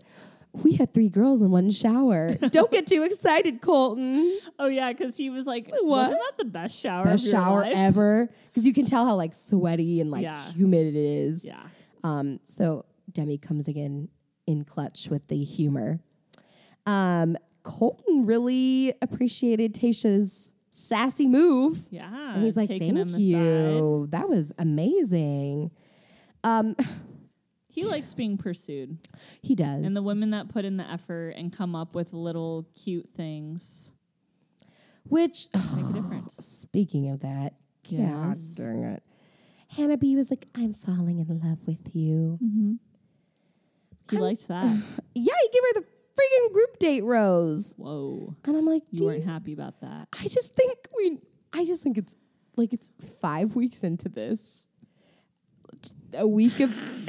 S2: we had three girls in one shower. Don't get too excited, Colton.
S1: Oh yeah, because he was like, wasn't that the best shower?
S2: Best
S1: of your
S2: shower
S1: life?"
S2: ever. Because you can tell how like sweaty and like
S1: Yeah.
S2: humid it is.
S1: Yeah.
S2: Um, so Demi comes again in clutch with the humor. Um, Colton really appreciated Tasha's sassy move.
S1: Yeah.
S2: And he's like,
S1: Uh, taking him aside.
S2: thank you. That was amazing. Um,
S1: He likes being pursued.
S2: he does.
S1: And the women that put in the effort and come up with little cute things
S2: Which,
S1: make a difference.
S2: [sighs] speaking of that, God
S1: Yes.
S2: dang it. Hannah B was like, I'm falling in love with you.
S1: Mm. He Mm-hmm. liked that.
S2: Yeah, he gave her the freaking group date rose.
S1: Whoa.
S2: And I'm like,
S1: You
S2: dude,
S1: weren't happy about that.
S2: I just think we. I just think it's like it's five weeks into this. A week of [laughs]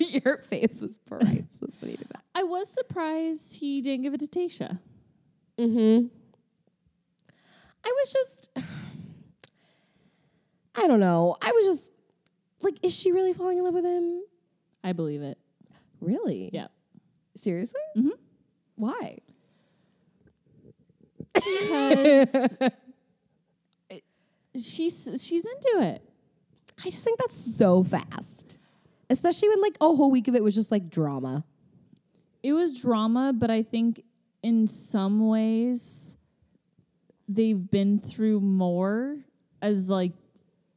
S2: your face was bright. So that's when he did that.
S1: I was surprised he didn't give it to Tasha.
S2: Mm-hmm. I was just. [sighs] I don't know. I was just like, is she really falling in love with him?
S1: I believe it.
S2: Really?
S1: Yep.
S2: Seriously?
S1: Mhm.
S2: Why?
S1: Because it- she's she's into it.
S2: I just think that's so fast, especially when like a whole week of it was just like drama.
S1: It was drama, but I think in some ways they've been through more as like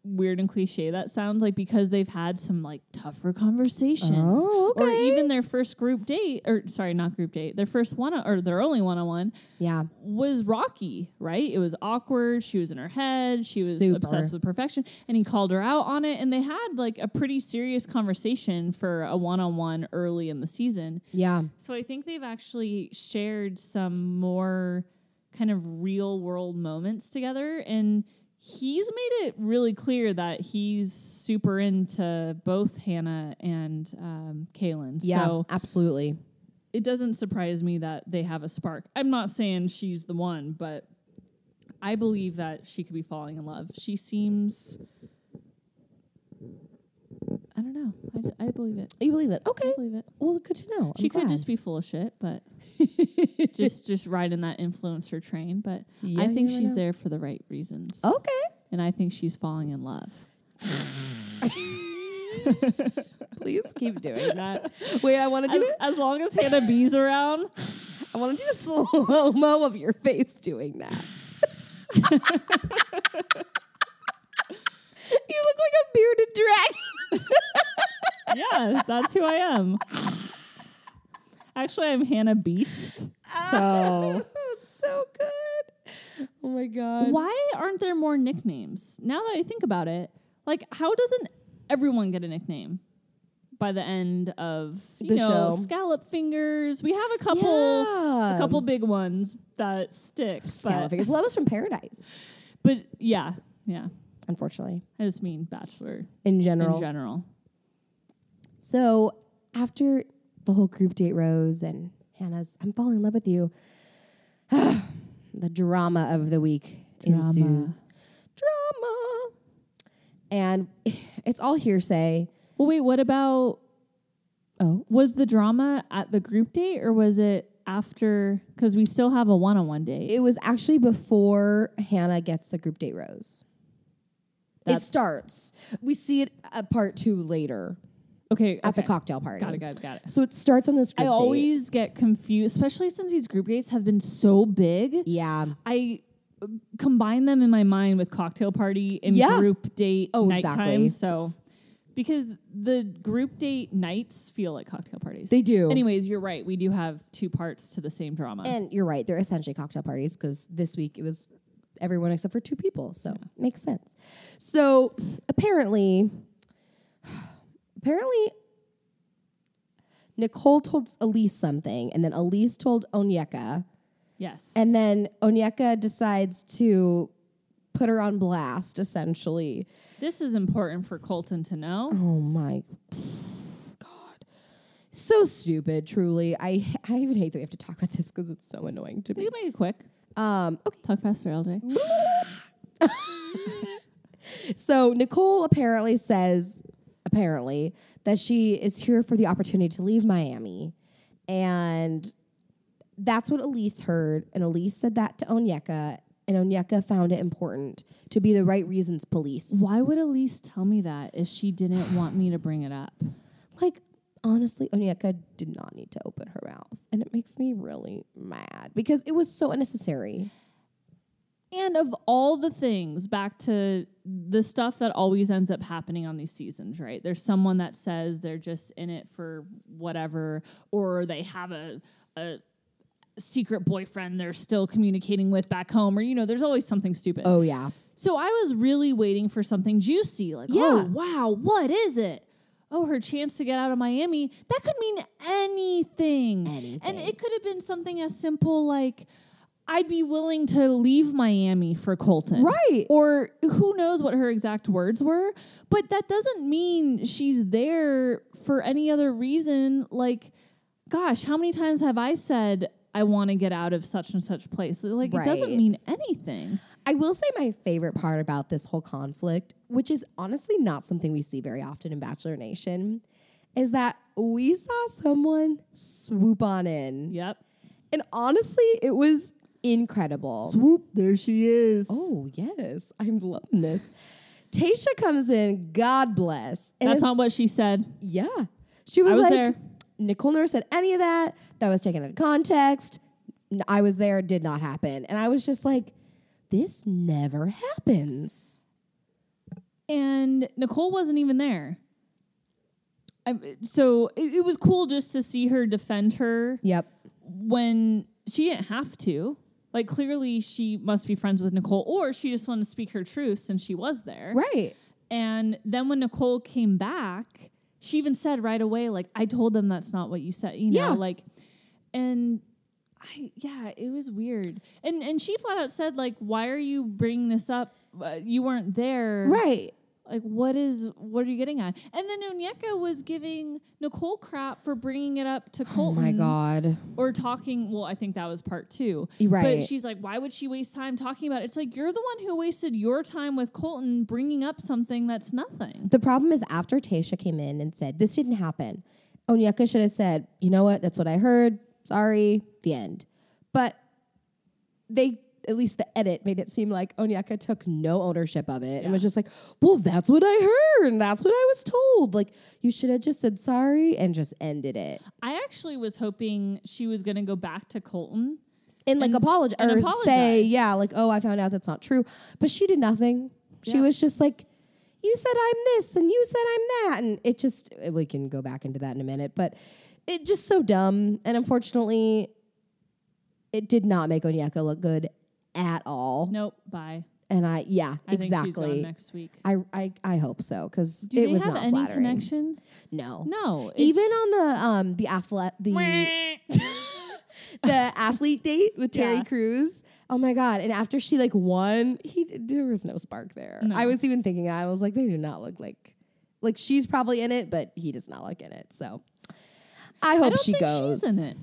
S1: weird and cliche that sounds like because they've had some like tougher conversations
S2: Oh,
S1: or
S2: okay.
S1: even their first group date or sorry not group date their first one or their only one-on-one
S2: Yeah.
S1: was rocky, right? It was awkward. She was in her head. She was
S2: Super.
S1: obsessed with perfection. And he called her out on it. And they had like a pretty serious conversation for a one on one early in the season.
S2: Yeah.
S1: So I think they've actually shared some more kind of real world moments together. And he's made it really clear that he's super into both Hannah and um, Kaylin.
S2: Yeah.
S1: So
S2: absolutely.
S1: it doesn't surprise me that they have a spark. I'm not saying she's the one, but I believe that she could be falling in love. She seems. I don't know. I, d- I believe it.
S2: You believe it?
S1: I
S2: Okay.
S1: believe it.
S2: Well, good to know. I'm
S1: she could
S2: glad.
S1: just be full of shit,
S2: [laughs]
S1: but just just riding that influencer train. But
S2: Yeah,
S1: I
S2: you
S1: think
S2: never
S1: she's
S2: know. Oh.
S1: there for the right reasons.
S2: Okay.
S1: and I think she's falling in love.
S2: Please keep
S1: [laughs]
S2: doing that. Wait, I want to do
S1: As,
S2: it.
S1: as long as Hannah B's around,
S2: I want to do a slow mo of your face doing
S1: [laughs]
S2: that. you look like a bearded dragon.
S1: yeah, that's who I am. Actually, I'm Hannah Beast.
S2: [laughs]
S1: So
S2: it's so good. Oh my god.
S1: why aren't there more nicknames? Now that I think about it, like how doesn't everyone get a nickname by the end of you
S2: The
S1: know
S2: show.
S1: scallop fingers? We have a couple
S2: Yeah.
S1: a couple big ones that stick, but,
S2: Scalloping. Well, that was from Paradise,
S1: but yeah, yeah.
S2: unfortunately.
S1: I just mean bachelor
S2: In general.
S1: in general.
S2: So after the whole group date rose and Hannah's I'm falling in love with you. [sighs] the drama of the week
S1: Drama.
S2: ensues. Drama. And [sighs] it's all hearsay.
S1: Well, wait, what about
S2: Oh.
S1: was the drama at the group date or was it after because we still have a one-on-one date
S2: It was actually before Hannah gets the group date rose. it
S1: That's-
S2: starts. We see it a part two later
S1: okay
S2: at the
S1: okay.
S2: cocktail party.
S1: got it got it got it
S2: So it starts on this group
S1: i
S2: date.
S1: always get confused especially since these group dates have been so big
S2: Yeah.
S1: i uh, combine them in my mind with cocktail party and
S2: Yeah.
S1: group date
S2: Oh,
S1: nighttime
S2: exactly.
S1: so because the group date nights feel like cocktail parties
S2: They do.
S1: anyways you're right we do have two parts to the same drama
S2: And you're right, they're essentially cocktail parties because this week it was everyone except for two people. So makes sense. So apparently, [sighs] apparently, Nicole told Elise something, and then Elise told Onyeka,
S1: Yes.
S2: And then Onyeka decides to put her on blast, essentially.
S1: this is important for Colton to know.
S2: Oh my [sighs] God. So stupid, truly. I, I even hate that we have to talk about this because it's so annoying to
S1: We
S2: me.
S1: can make it quick.
S2: Um, okay.
S1: Talk faster, LJ.
S2: So Nicole apparently says, apparently, that she is here for the opportunity to leave Miami. And that's what Elise heard. And Elise said that to Onyeka. And Onyeka found it important to be the right reasons police.
S1: Why would Elise tell me that if she didn't want me to bring it up?
S2: Like, honestly, Onyeka did not need to open her mouth. And it makes me really mad because it was so unnecessary.
S1: And of all the things, back to the stuff that always ends up happening on these seasons, right? There's someone that says they're just in it for whatever, or they have a, a secret boyfriend they're still communicating with back home, or, you know, there's always something stupid.
S2: Oh, yeah.
S1: So I was really waiting for something juicy, like,
S2: Yeah.
S1: oh, wow, what is it? Oh, her chance to get out of Miami. That could mean anything.
S2: Anything.
S1: And it could have been something as simple like, I'd be willing to leave Miami for Colton.
S2: Right.
S1: Or who knows what her exact words were. But that doesn't mean she's there for any other reason. Like, gosh, how many times have I said, I want to get out of such and such place? Like, it doesn't
S2: Right.
S1: mean anything.
S2: I will say my favorite part about this whole conflict, which is honestly not something we see very often in Bachelor Nation, is that we saw someone swoop on in.
S1: Yep.
S2: And honestly, it was incredible.
S3: Swoop, there she is.
S2: Oh, yes. I'm loving this. Tasha comes in, God bless. And
S1: That's
S2: is-
S1: not what she said.
S2: yeah. She was,
S1: I was
S2: like,
S1: there.
S2: Nicole never said any of that. That was taken out of context. N- I was there, did not happen. And I was just like, this never happens.
S1: And Nicole wasn't even there. I, so it, it was cool just to see her defend her
S2: Yep.
S1: when she didn't have to. Like, clearly, she must be friends with Nicole, or she just wanted to speak her truth since she was there.
S2: Right.
S1: And then when Nicole came back, she even said right away, like, I told them that's not what you said, you know,
S2: Yeah.
S1: like and I yeah, it was weird. And and she flat out said like, "Why are you bringing this up? Uh, you weren't there."
S2: Right.
S1: Like what is what are you getting at? And then Onyeka was giving Nicole crap for bringing it up to
S2: Oh
S1: Colton
S2: my god.
S1: or talking, well, I think that was part 2.
S2: Right.
S1: But she's like, why would she waste time talking about it? It's like you're the one who wasted your time with Colton bringing up something that's nothing.
S2: The problem is after Tasha came in and said this didn't happen, Onyeka should have said, "You know what? That's what I heard. Sorry." The end. But they at least the edit made it seem like Onyeka took no ownership of it and was just like, "Well, that's what I heard. And that's what I was told." Like you should have just said sorry and just ended it
S1: I actually was hoping she was going to go back to Colton.
S2: and like apologize
S1: and
S2: or say,
S1: apologize.
S2: "Yeah, like oh, I found out that's not true." But she did nothing. She
S1: Yeah.
S2: was just like, "You said I'm this and you said I'm that," and it just we can go back into that in a minute, but it just so dumb. And unfortunately, it did not make Onyeka look good at all.
S1: Nope, bye.
S2: And I yeah,
S1: I think she's gone
S2: exactly.
S1: next week.
S2: I, I I hope so because
S1: Do
S2: it
S1: they
S2: was
S1: have
S2: not
S1: any
S2: flattering.
S1: connection?
S2: No,
S1: No. [laughs]
S2: even on the um the athlete the the athlete date with Terry
S1: Yeah.
S2: Crews. Oh my god! And after she like won, he there was no spark there.
S1: No.
S2: I was even thinking, I was like, they do not look like like she's probably in it, but he does not look in it. So I hope
S1: I don't
S2: she
S1: think
S2: goes.
S1: she's in it.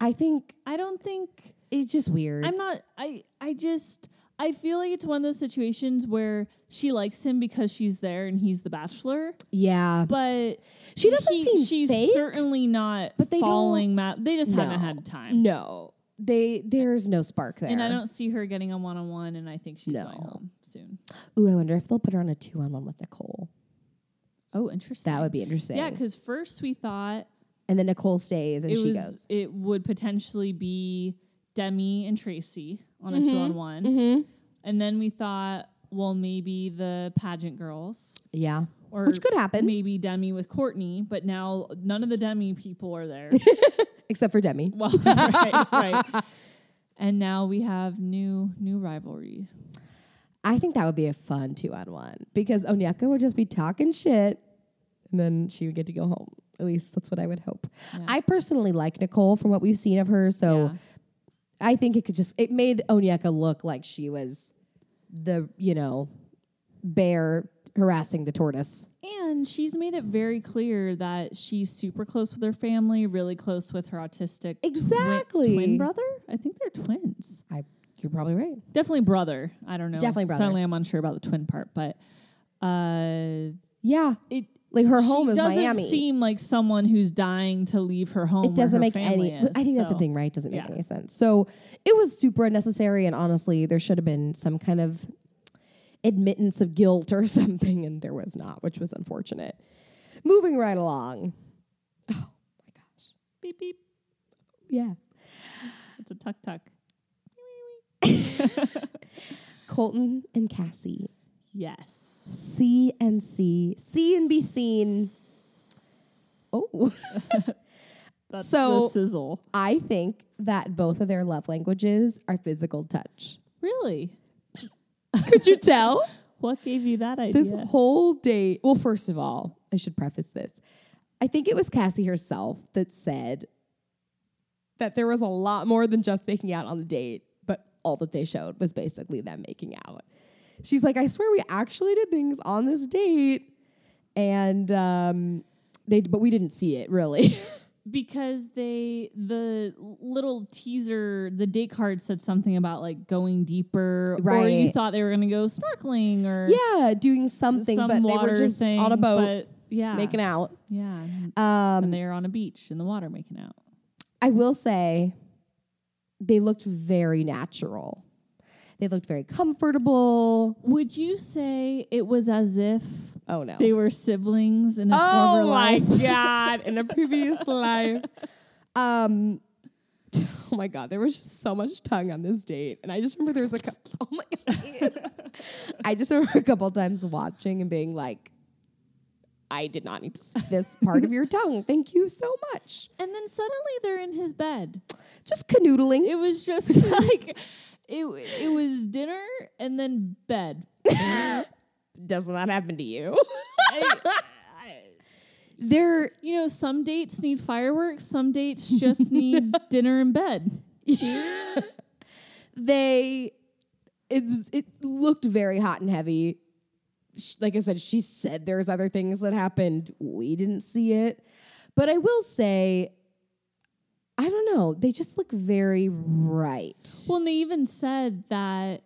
S2: I think
S1: I don't think
S2: it's just weird.
S1: I'm not I I just I feel like it's one of those situations where she likes him because she's there and he's the bachelor,
S2: yeah,
S1: but
S2: She doesn't
S1: he-
S2: seem
S1: she's
S2: fake.
S1: certainly not
S2: But they don't-
S1: falling ma- they just
S2: No.
S1: haven't had time.
S2: no, they there's no spark there.
S1: And I don't see her getting a one on one and I think she's
S2: No.
S1: going home soon.
S2: Ooh, I wonder if they'll put her on a two on one with Nicole.
S1: Oh, interesting.
S2: That would be interesting.
S1: Yeah, because first we thought
S2: and then Nicole stays and
S1: it
S2: she
S1: was
S2: goes.
S1: it would potentially be Demi and Tracy on a two on one,
S2: Mm-hmm.
S1: and then we thought, well, maybe the pageant girls,
S2: Yeah,
S1: or
S2: Mm-hmm. which could happen,
S1: maybe Demi with Courtney, but now none of the Demi people are
S2: [laughs]
S1: there.
S2: except for Demi.
S1: well, [laughs] right, right. And now we have new new rivalry.
S2: I think that would be a fun two on one because Onyeka would just be talking shit and then she would get to go home. At least that's what I would hope. I personally like Nicole from what we've seen of her. So
S1: Yeah.
S2: I think it could just it made Onyeka look like she was the you know bear harassing the tortoise.
S1: And she's made it very clear that she's super close with her family, really close with her autistic twi-
S2: Exactly.
S1: twin brother. I think they're twins.
S2: I you're probably right.
S1: Definitely brother. I don't know.
S2: Definitely brother.
S1: Certainly, I'm unsure about the twin part, but uh,
S2: Yeah,
S1: it
S2: like her
S1: she
S2: home is
S1: doesn't
S2: Miami.
S1: seem like someone who's dying to leave her home.
S2: it doesn't
S1: where her
S2: make any.
S1: family is,
S2: I think that's the
S1: so-
S2: thing, right? Doesn't make
S1: yeah.
S2: any sense. So it was super unnecessary, and honestly, there should have been some kind of admittance of guilt or [laughs] something, and there was not, which was unfortunate. Moving right along.
S1: Beep beep.
S2: Yeah.
S1: It's a tuck tuck.
S2: Colton and Cassie.
S1: Yes.
S2: C and C. See and be seen. Oh. [laughs]
S1: That's
S2: So-
S1: the sizzle.
S2: I think that both of their love languages are physical touch.
S1: Really?
S2: Could you tell?
S1: What gave you that idea?
S2: [laughs] this whole date. Well, first of all, I should preface this. I think it was Cassie herself that said that there was a lot more than just making out on the date, but all that they showed was basically them making out. She's like, I swear we actually did things on this date, and um, they, but we didn't see it really. [laughs]
S1: because they the little teaser the date card said something about like going deeper or you
S2: Right.
S1: thought they were going to go snorkeling or
S2: yeah, doing something,
S1: some
S2: but they
S1: water
S2: were just
S1: thing,
S2: on a boat
S1: but yeah
S2: making out.
S1: yeah and-
S2: Um,
S1: and they're on a beach in the water making out
S2: I will say they looked very natural. They looked very comfortable.
S1: would you say it was as if
S2: Oh no.
S1: they were siblings in a
S2: oh
S1: former
S2: my
S1: life
S2: god,
S1: [laughs]
S2: in a previous life. Um Oh my god, there was just so much tongue on this date. And I just remember there was a couple [laughs] Oh my god. I just remember a couple times watching and being like I did not need to see this part of your tongue. Thank you so much.
S1: and then suddenly they're in his bed
S2: Just canoodling.
S1: it was just [laughs] like it it was dinner and then bed
S2: Does not happen to you.
S1: I- I-
S2: They're
S1: you know, some dates need fireworks, some dates
S2: [laughs]
S1: just need dinner in bed.
S2: they it was, it looked very hot and heavy. Sh like I said, she said there's other things that happened. We didn't see it, but I will say, I don't know. They just look very right.
S1: Well, and they even said that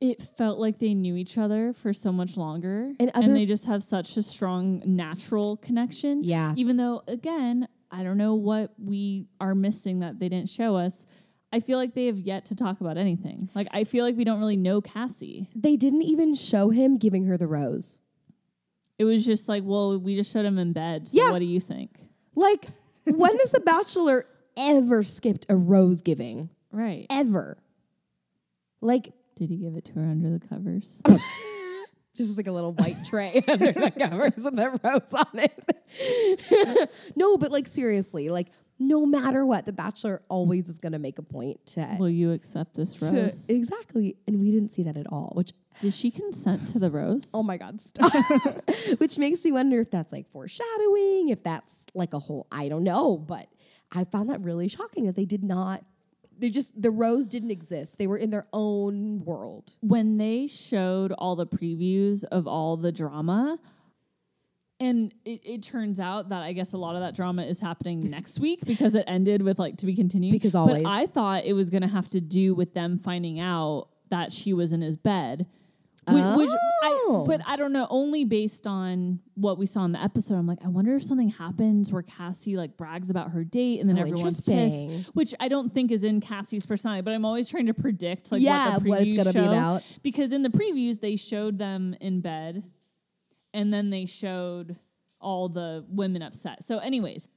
S1: it felt like they knew each other for so much longer.
S2: And other-
S1: they just have such a strong natural connection.
S2: Yeah.
S1: Even though, again, I don't know what we are missing that they didn't show us. I feel like they have yet to talk about anything. Like, I feel like we don't really know Cassie.
S2: they didn't even show him giving her the rose.
S1: It was just like, well, we just showed him in bed. So
S2: Yeah.
S1: what do you think?
S2: Like, when has the Bachelor ever skipped a rose giving?
S1: Right.
S2: Ever? Like,
S1: Did he give it to her under the covers?
S2: just like a little white tray [laughs] under the covers with the rose on it. [laughs] no, but like seriously, like no matter what, The Bachelor always is going to make a point to,
S1: Will you accept this
S2: to-
S1: rose?
S2: exactly, and we didn't see that at all. Which
S1: Did she consent to the rose?
S2: oh my [laughs] god, stop! which makes me wonder if that's like foreshadowing, if that's like a whole I don't know, but I found that really shocking that they did not. They just the rose didn't exist. They were in their own world.
S1: When they showed all the previews of all the drama, and it, it turns out that I guess a lot of that drama is
S2: [laughs]
S1: happening next week because it ended with like to be continued.
S2: Because
S1: But
S2: always.
S1: I thought it was going to have to do with them finding out that she was in his bed. Which, which I,
S2: Oh.
S1: but I don't know. Only based on what we saw in the episode, I'm like, I wonder if something happens where Cassie like brags about her date, and then
S2: Oh,
S1: everyone's
S2: interesting.
S1: pissed. which I don't think is in Cassie's personality, but I'm always trying to predict like
S2: Yeah,
S1: what the previews
S2: what it's
S1: going to
S2: gonna be about.
S1: Because in the previews they showed them in bed, and then they showed all the women upset. So, anyways,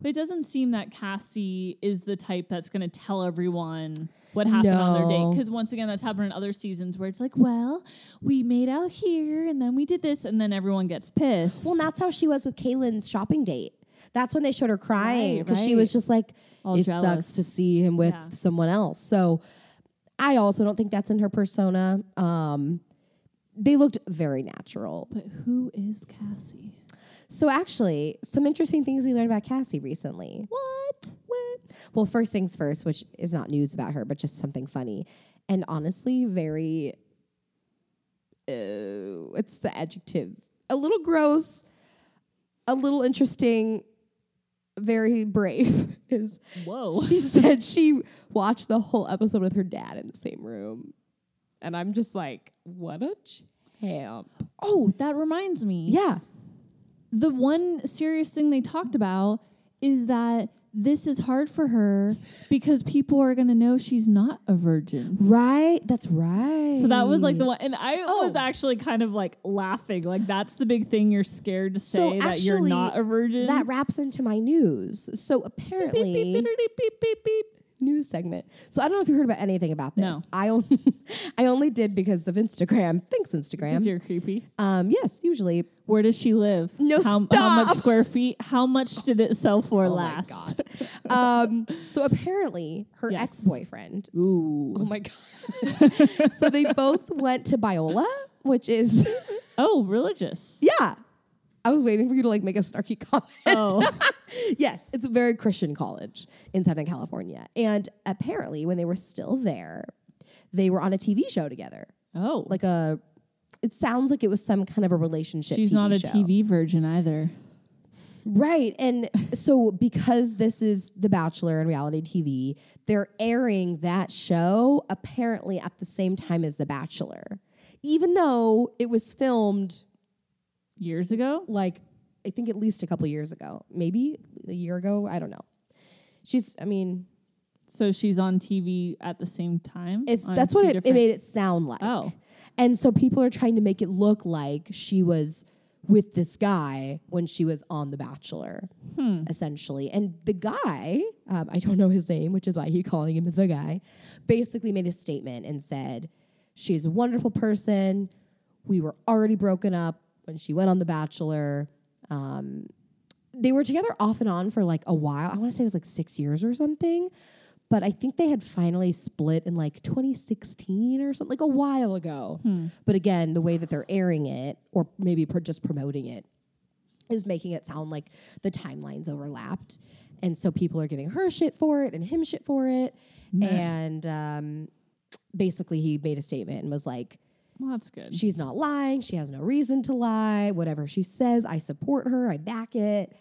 S1: but it doesn't seem that Cassie is the type that's going to tell everyone what happened on their
S2: No.
S1: date. Because once again, that's happened in other seasons where it's like, well, we made out here, and then we did this, and then everyone gets pissed.
S2: Well, and that's how she was with Kaylin's shopping date. That's when they showed her crying
S1: Right,
S2: because she
S1: right.
S2: was just like,
S1: All
S2: it
S1: jealous.
S2: sucks to see him with
S1: Yeah.
S2: someone else. So I also don't think that's in her persona. Um, they looked very natural.
S1: but who is Cassie?
S2: So actually, some interesting things we learned about Cassie recently.
S1: What?
S2: What? Well, first things first, which is not news about her, but just something funny. And honestly, very, uh, what's the adjective? A little gross, a little interesting, very brave [laughs] is
S1: Whoa. [laughs]
S2: she said she watched the whole episode with her dad in the same room. And I'm just like, what a champ.
S1: Oh, that reminds me.
S2: Yeah.
S1: The one serious thing they talked about is that this is hard for her because people are going to know she's not a virgin.
S2: Right. That's right.
S1: So that was like the one, and I was
S2: Oh.
S1: actually kind of like laughing. Like that's the big thing you're scared to say
S2: So
S1: that you're
S2: actually,
S1: not a virgin.
S2: That wraps into my news. So
S1: Mm-hmm. beep,
S2: apparently,
S1: beep, beep, beep, beep, beep.
S2: news segment. So I don't know if you heard about anything about this.
S1: No.
S2: I only, [laughs] I only did because of Instagram. Thanks,
S1: 'Cause
S2: Instagram.
S1: you're creepy.
S2: Um, yes, usually.
S1: Where does she live?
S2: No,
S1: how, how much
S2: stop.
S1: square feet? How much did it sell for
S2: Oh
S1: last?
S2: my god. um, so apparently, her
S1: Yes.
S2: ex-boyfriend Oh
S1: Ooh.
S2: my god! so they both went to Biola, which is
S1: [laughs]
S2: [laughs]
S1: Oh, religious.
S2: yeah. I was waiting for you to like make a snarky comment. [laughs]
S1: Oh,
S2: yes, it's a very Christian college in Southern California, and apparently, when they were still there, they were on a TV show together,
S1: oh.
S2: [laughs] like a. It sounds like it was some kind of a relationship.
S1: she's not a
S2: show.
S1: TV virgin either.
S2: Right. And so because this is The Bachelor and reality TV, they're airing that show apparently at the same time as The Bachelor. Even though it was filmed
S1: Years ago.
S2: like I think at least a couple years ago, maybe a year ago, I don't know. She's I mean,
S1: So she's on TV at the same time.
S2: it's
S1: on
S2: that's what
S1: Mm-hmm. Oh, two
S2: it, it
S1: different-
S2: made it sound like.
S1: Oh.
S2: And so people are trying to make it look like she was with this guy when she was on The Bachelor,
S1: Hmm.
S2: essentially. And the guy, um, I don't know his name, which is why I keep calling him the guy, basically made a statement and said, She's a wonderful person. We were already broken up when she went on The Bachelor. Um, they were together off and on for like a while. I want to say it was like six years or something. But I think they had finally split in like 2016 or something, like a while ago. But again, the way that they're airing it, or maybe pro- just promoting it, is making it sound like the timelines overlapped. And so people are giving her shit for it and him shit for it. And um, basically, he made a statement and was like,
S1: Well, that's good.
S2: She's not lying. She has no reason to lie. Whatever she says, I support her. I back it.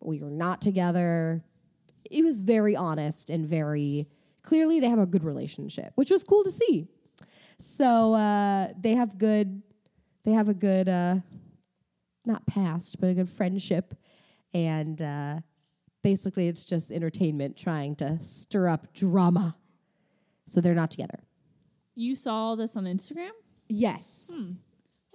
S2: We are not together. It was very honest and very clearly they have a good relationship, which was cool to see. So uh, they have good, they have a good, uh, not past, but a good friendship. And uh, basically it's just entertainment trying to stir up drama. So they're not together.
S1: you saw all this on Instagram.
S2: Yes.
S1: All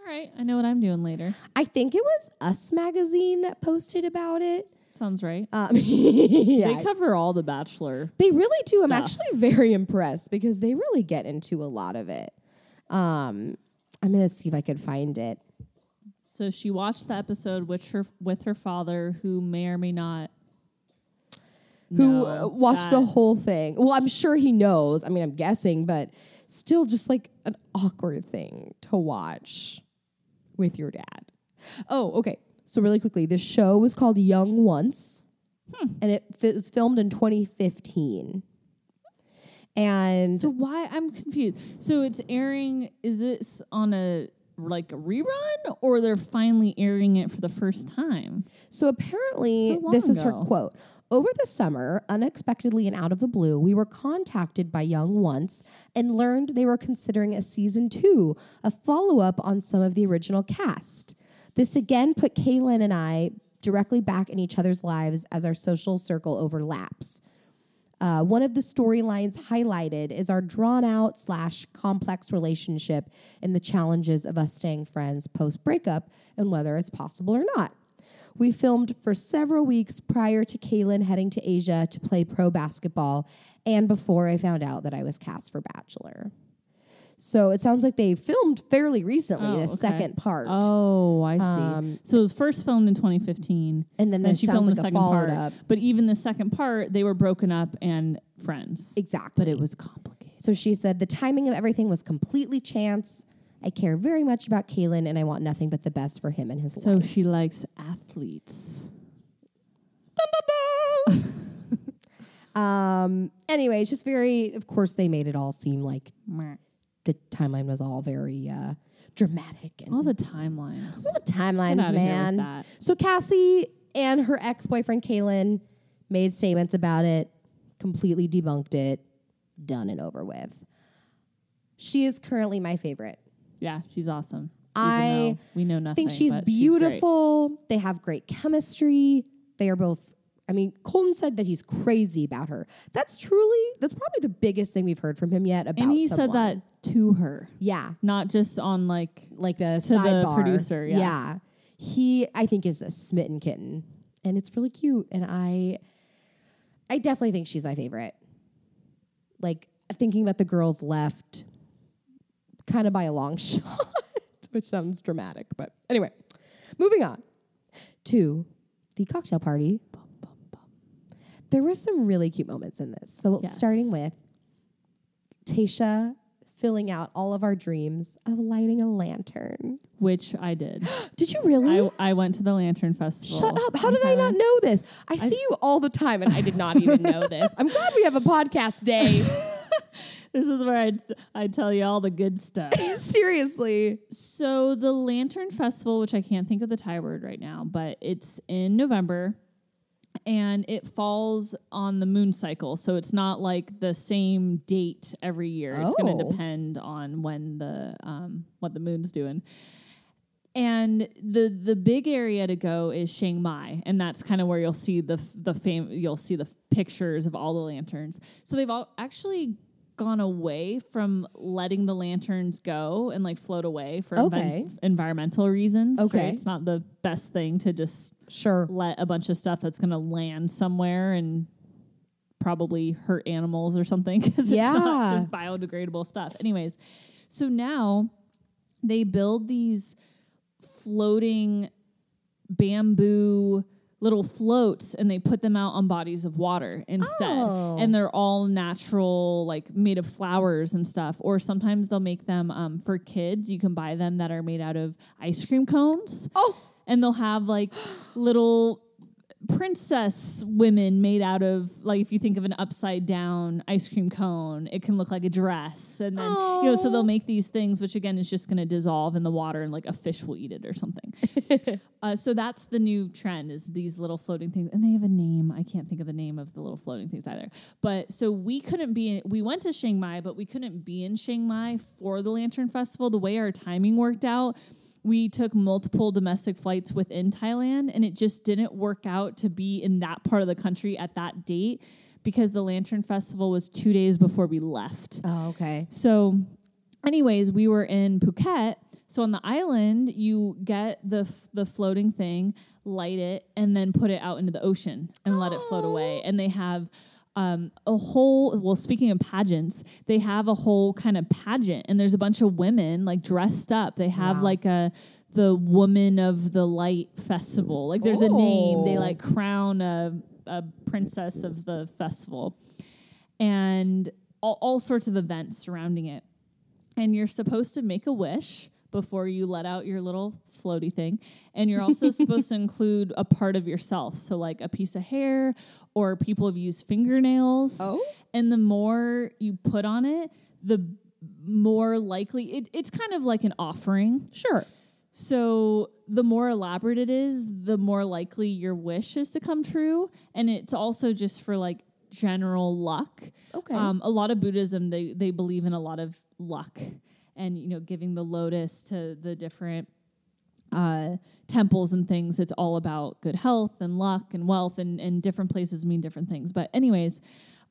S1: right, I know what I'm doing later.
S2: I think it was Us Magazine that posted about it.
S1: Sounds right.
S2: Um, yeah.
S1: They cover all the Bachelor.
S2: They really do. I'm
S1: Stuff.
S2: actually very impressed because they really get into a lot of it. Um, I'm going to see if I could find it.
S1: So she watched the episode with her with her father, who may or may not
S2: Who
S1: know
S2: uh, watched the
S1: that-
S2: whole thing? Well, I'm sure he knows. I mean, I'm guessing, but still just like an awkward thing to watch with your dad. Oh, okay. So, really quickly, the show was called Young Once,
S1: Hmm.
S2: and it, fi- was filmed in 2015. And
S1: So why I'm confused. So it's airing. Is this on a like a rerun, or they're finally airing it for the first time?
S2: So apparently,
S1: So
S2: this
S1: long
S2: is her
S1: ago.
S2: quote. Over the summer, unexpectedly and out of the blue, we were contacted by Young once and learned they were considering a season two, a follow up on some of the original cast. This again put Kaylin and I directly back in each other's lives as our social circle overlaps. Uh, one of the storylines highlighted is our drawn out slash complex relationship and the challenges of us staying friends post breakup and whether it's possible or not. We filmed for several weeks prior to Kaylin heading to Asia to play pro basketball and before I found out that I was cast for Bachelor. So it sounds like they filmed fairly recently,
S1: Oh,
S2: the
S1: okay.
S2: second part.
S1: Oh, I see.
S2: Um,
S1: so it was first filmed in 2015,
S2: and then
S1: then
S2: that
S1: she
S2: sounds
S1: filmed
S2: like
S1: the
S2: a
S1: second
S2: followed
S1: part.
S2: up.
S1: But even the second part, they were broken up and friends.
S2: Exactly.
S1: but it was complicated.
S2: So she said, The timing of everything was completely chance. I care very much about Kaylin and I want nothing but the best for him and his
S1: So
S2: life.
S1: she likes athletes.
S2: Um, anyway, it's just very, of course, they made it all seem like
S1: Meh.
S2: the timeline was all very uh, dramatic and
S1: All the timelines.
S2: the timelines,
S1: Get outta here with
S2: man.
S1: that.
S2: So Cassie and her ex boyfriend Kaylin made statements about it, completely debunked it, done and over with. She is currently my favorite.
S1: Yeah, she's awesome.
S2: I
S1: Even though we know
S2: I
S1: nothing.
S2: think she's
S1: but great.
S2: beautiful. they have great chemistry. They are both. I mean, Colton said that he's crazy about her. That's truly. That's probably the biggest thing we've heard from him yet about.
S1: and he
S2: someone.
S1: said that to her,
S2: Yeah,
S1: not just on like
S2: like the
S1: To the
S2: sidebar
S1: producer, yeah.
S2: he I think is a smitten kitten, and it's really cute. And I, I definitely think she's my favorite. Like thinking about the girls left, kind of by a long [laughs] shot, which sounds dramatic, but anyway, moving on to the cocktail party. There were some really cute moments in this. So
S1: Yes.
S2: starting with Tasha filling out all of our dreams of lighting a lantern. [gasps]
S1: which I did.
S2: Did you really?
S1: I, I went to the Lantern Festival.
S2: Shut up. How
S1: in
S2: did I not
S1: Thailand.
S2: know this? I, see you all the time and I did not even know this. I'm glad we have a podcast day.
S1: [laughs] This is where I I tell you all the good
S2: [laughs]
S1: stuff.
S2: Seriously.
S1: so the Lantern Festival, which I can't think of the Thai word right now, but it's in November and it falls on the moon cycle. So it's not like the same date every year. It's going to
S2: Oh.
S1: depend on when the um, what the moon's doing. And the the big area to go is Chiang Mai, and that's kind of where you'll see the f- the fam- you'll see the f- pictures of all the lanterns. So they've all actually gone away from letting the lanterns go and like float away for envi-
S2: Okay.
S1: environmental reasons. right?
S2: Okay.
S1: it's not the best thing to just
S2: Sure.
S1: let a bunch of stuff that's going to land somewhere and probably hurt animals or something [laughs] because it's
S2: Yeah.
S1: not just biodegradable stuff. Anyways, so now they build these floating bamboo little floats and they put them out on bodies of water instead
S2: Oh.
S1: and they're all natural like made of flowers and stuff or sometimes they'll make them um, for kids you can buy them that are made out of ice cream cones
S2: Oh,
S1: and they'll have like [gasps] little princess women made out of like if you think of an upside down ice cream cone it can look like a dress and then you know so
S2: Aw.
S1: they'll make these things which again is just going to dissolve in the water and like a fish will eat it or something uh, so that's the new trend is these little floating things and they have a name i can't think of the name of the little floating things either but so we couldn't be in, we went to chiang mai but we couldn't be in chiang mai for the lantern festival the way our timing worked out we took multiple domestic flights within thailand and it just didn't work out to be in that part of the country at that date because the lantern festival was two days before we left
S2: oh okay.
S1: so, anyways, we were in Phuket. So on the island, you get the f- the floating thing, light it, and then put it out into the ocean and let it float away. And they have um, a whole. Well, speaking of pageants, they have a whole kind of pageant, and there's a bunch of women like dressed up. They have
S2: Wow.
S1: like a the Woman of the Light Festival. Like there's a name. They
S2: Oh.
S1: like crown a a princess of the festival and all, all sorts of events surrounding it. And you're supposed to make a wish before you let out your little floaty thing. And you're
S2: [laughs]
S1: also supposed to include a part of yourself. So, like a piece of hair, or people have used fingernails.
S2: Oh.
S1: And the more you put on it, the more likely it, it's kind of like an offering.
S2: Sure.
S1: So the more elaborate it is, the more likely your wish is to come true. And it's also just for like general luck.
S2: Okay.
S1: Um, a lot of Buddhism, they, they believe in a lot of luck and, you know, giving the lotus to the different uh, temples and things. It's all about good health and luck and wealth, and, and different places mean different things. But, anyways,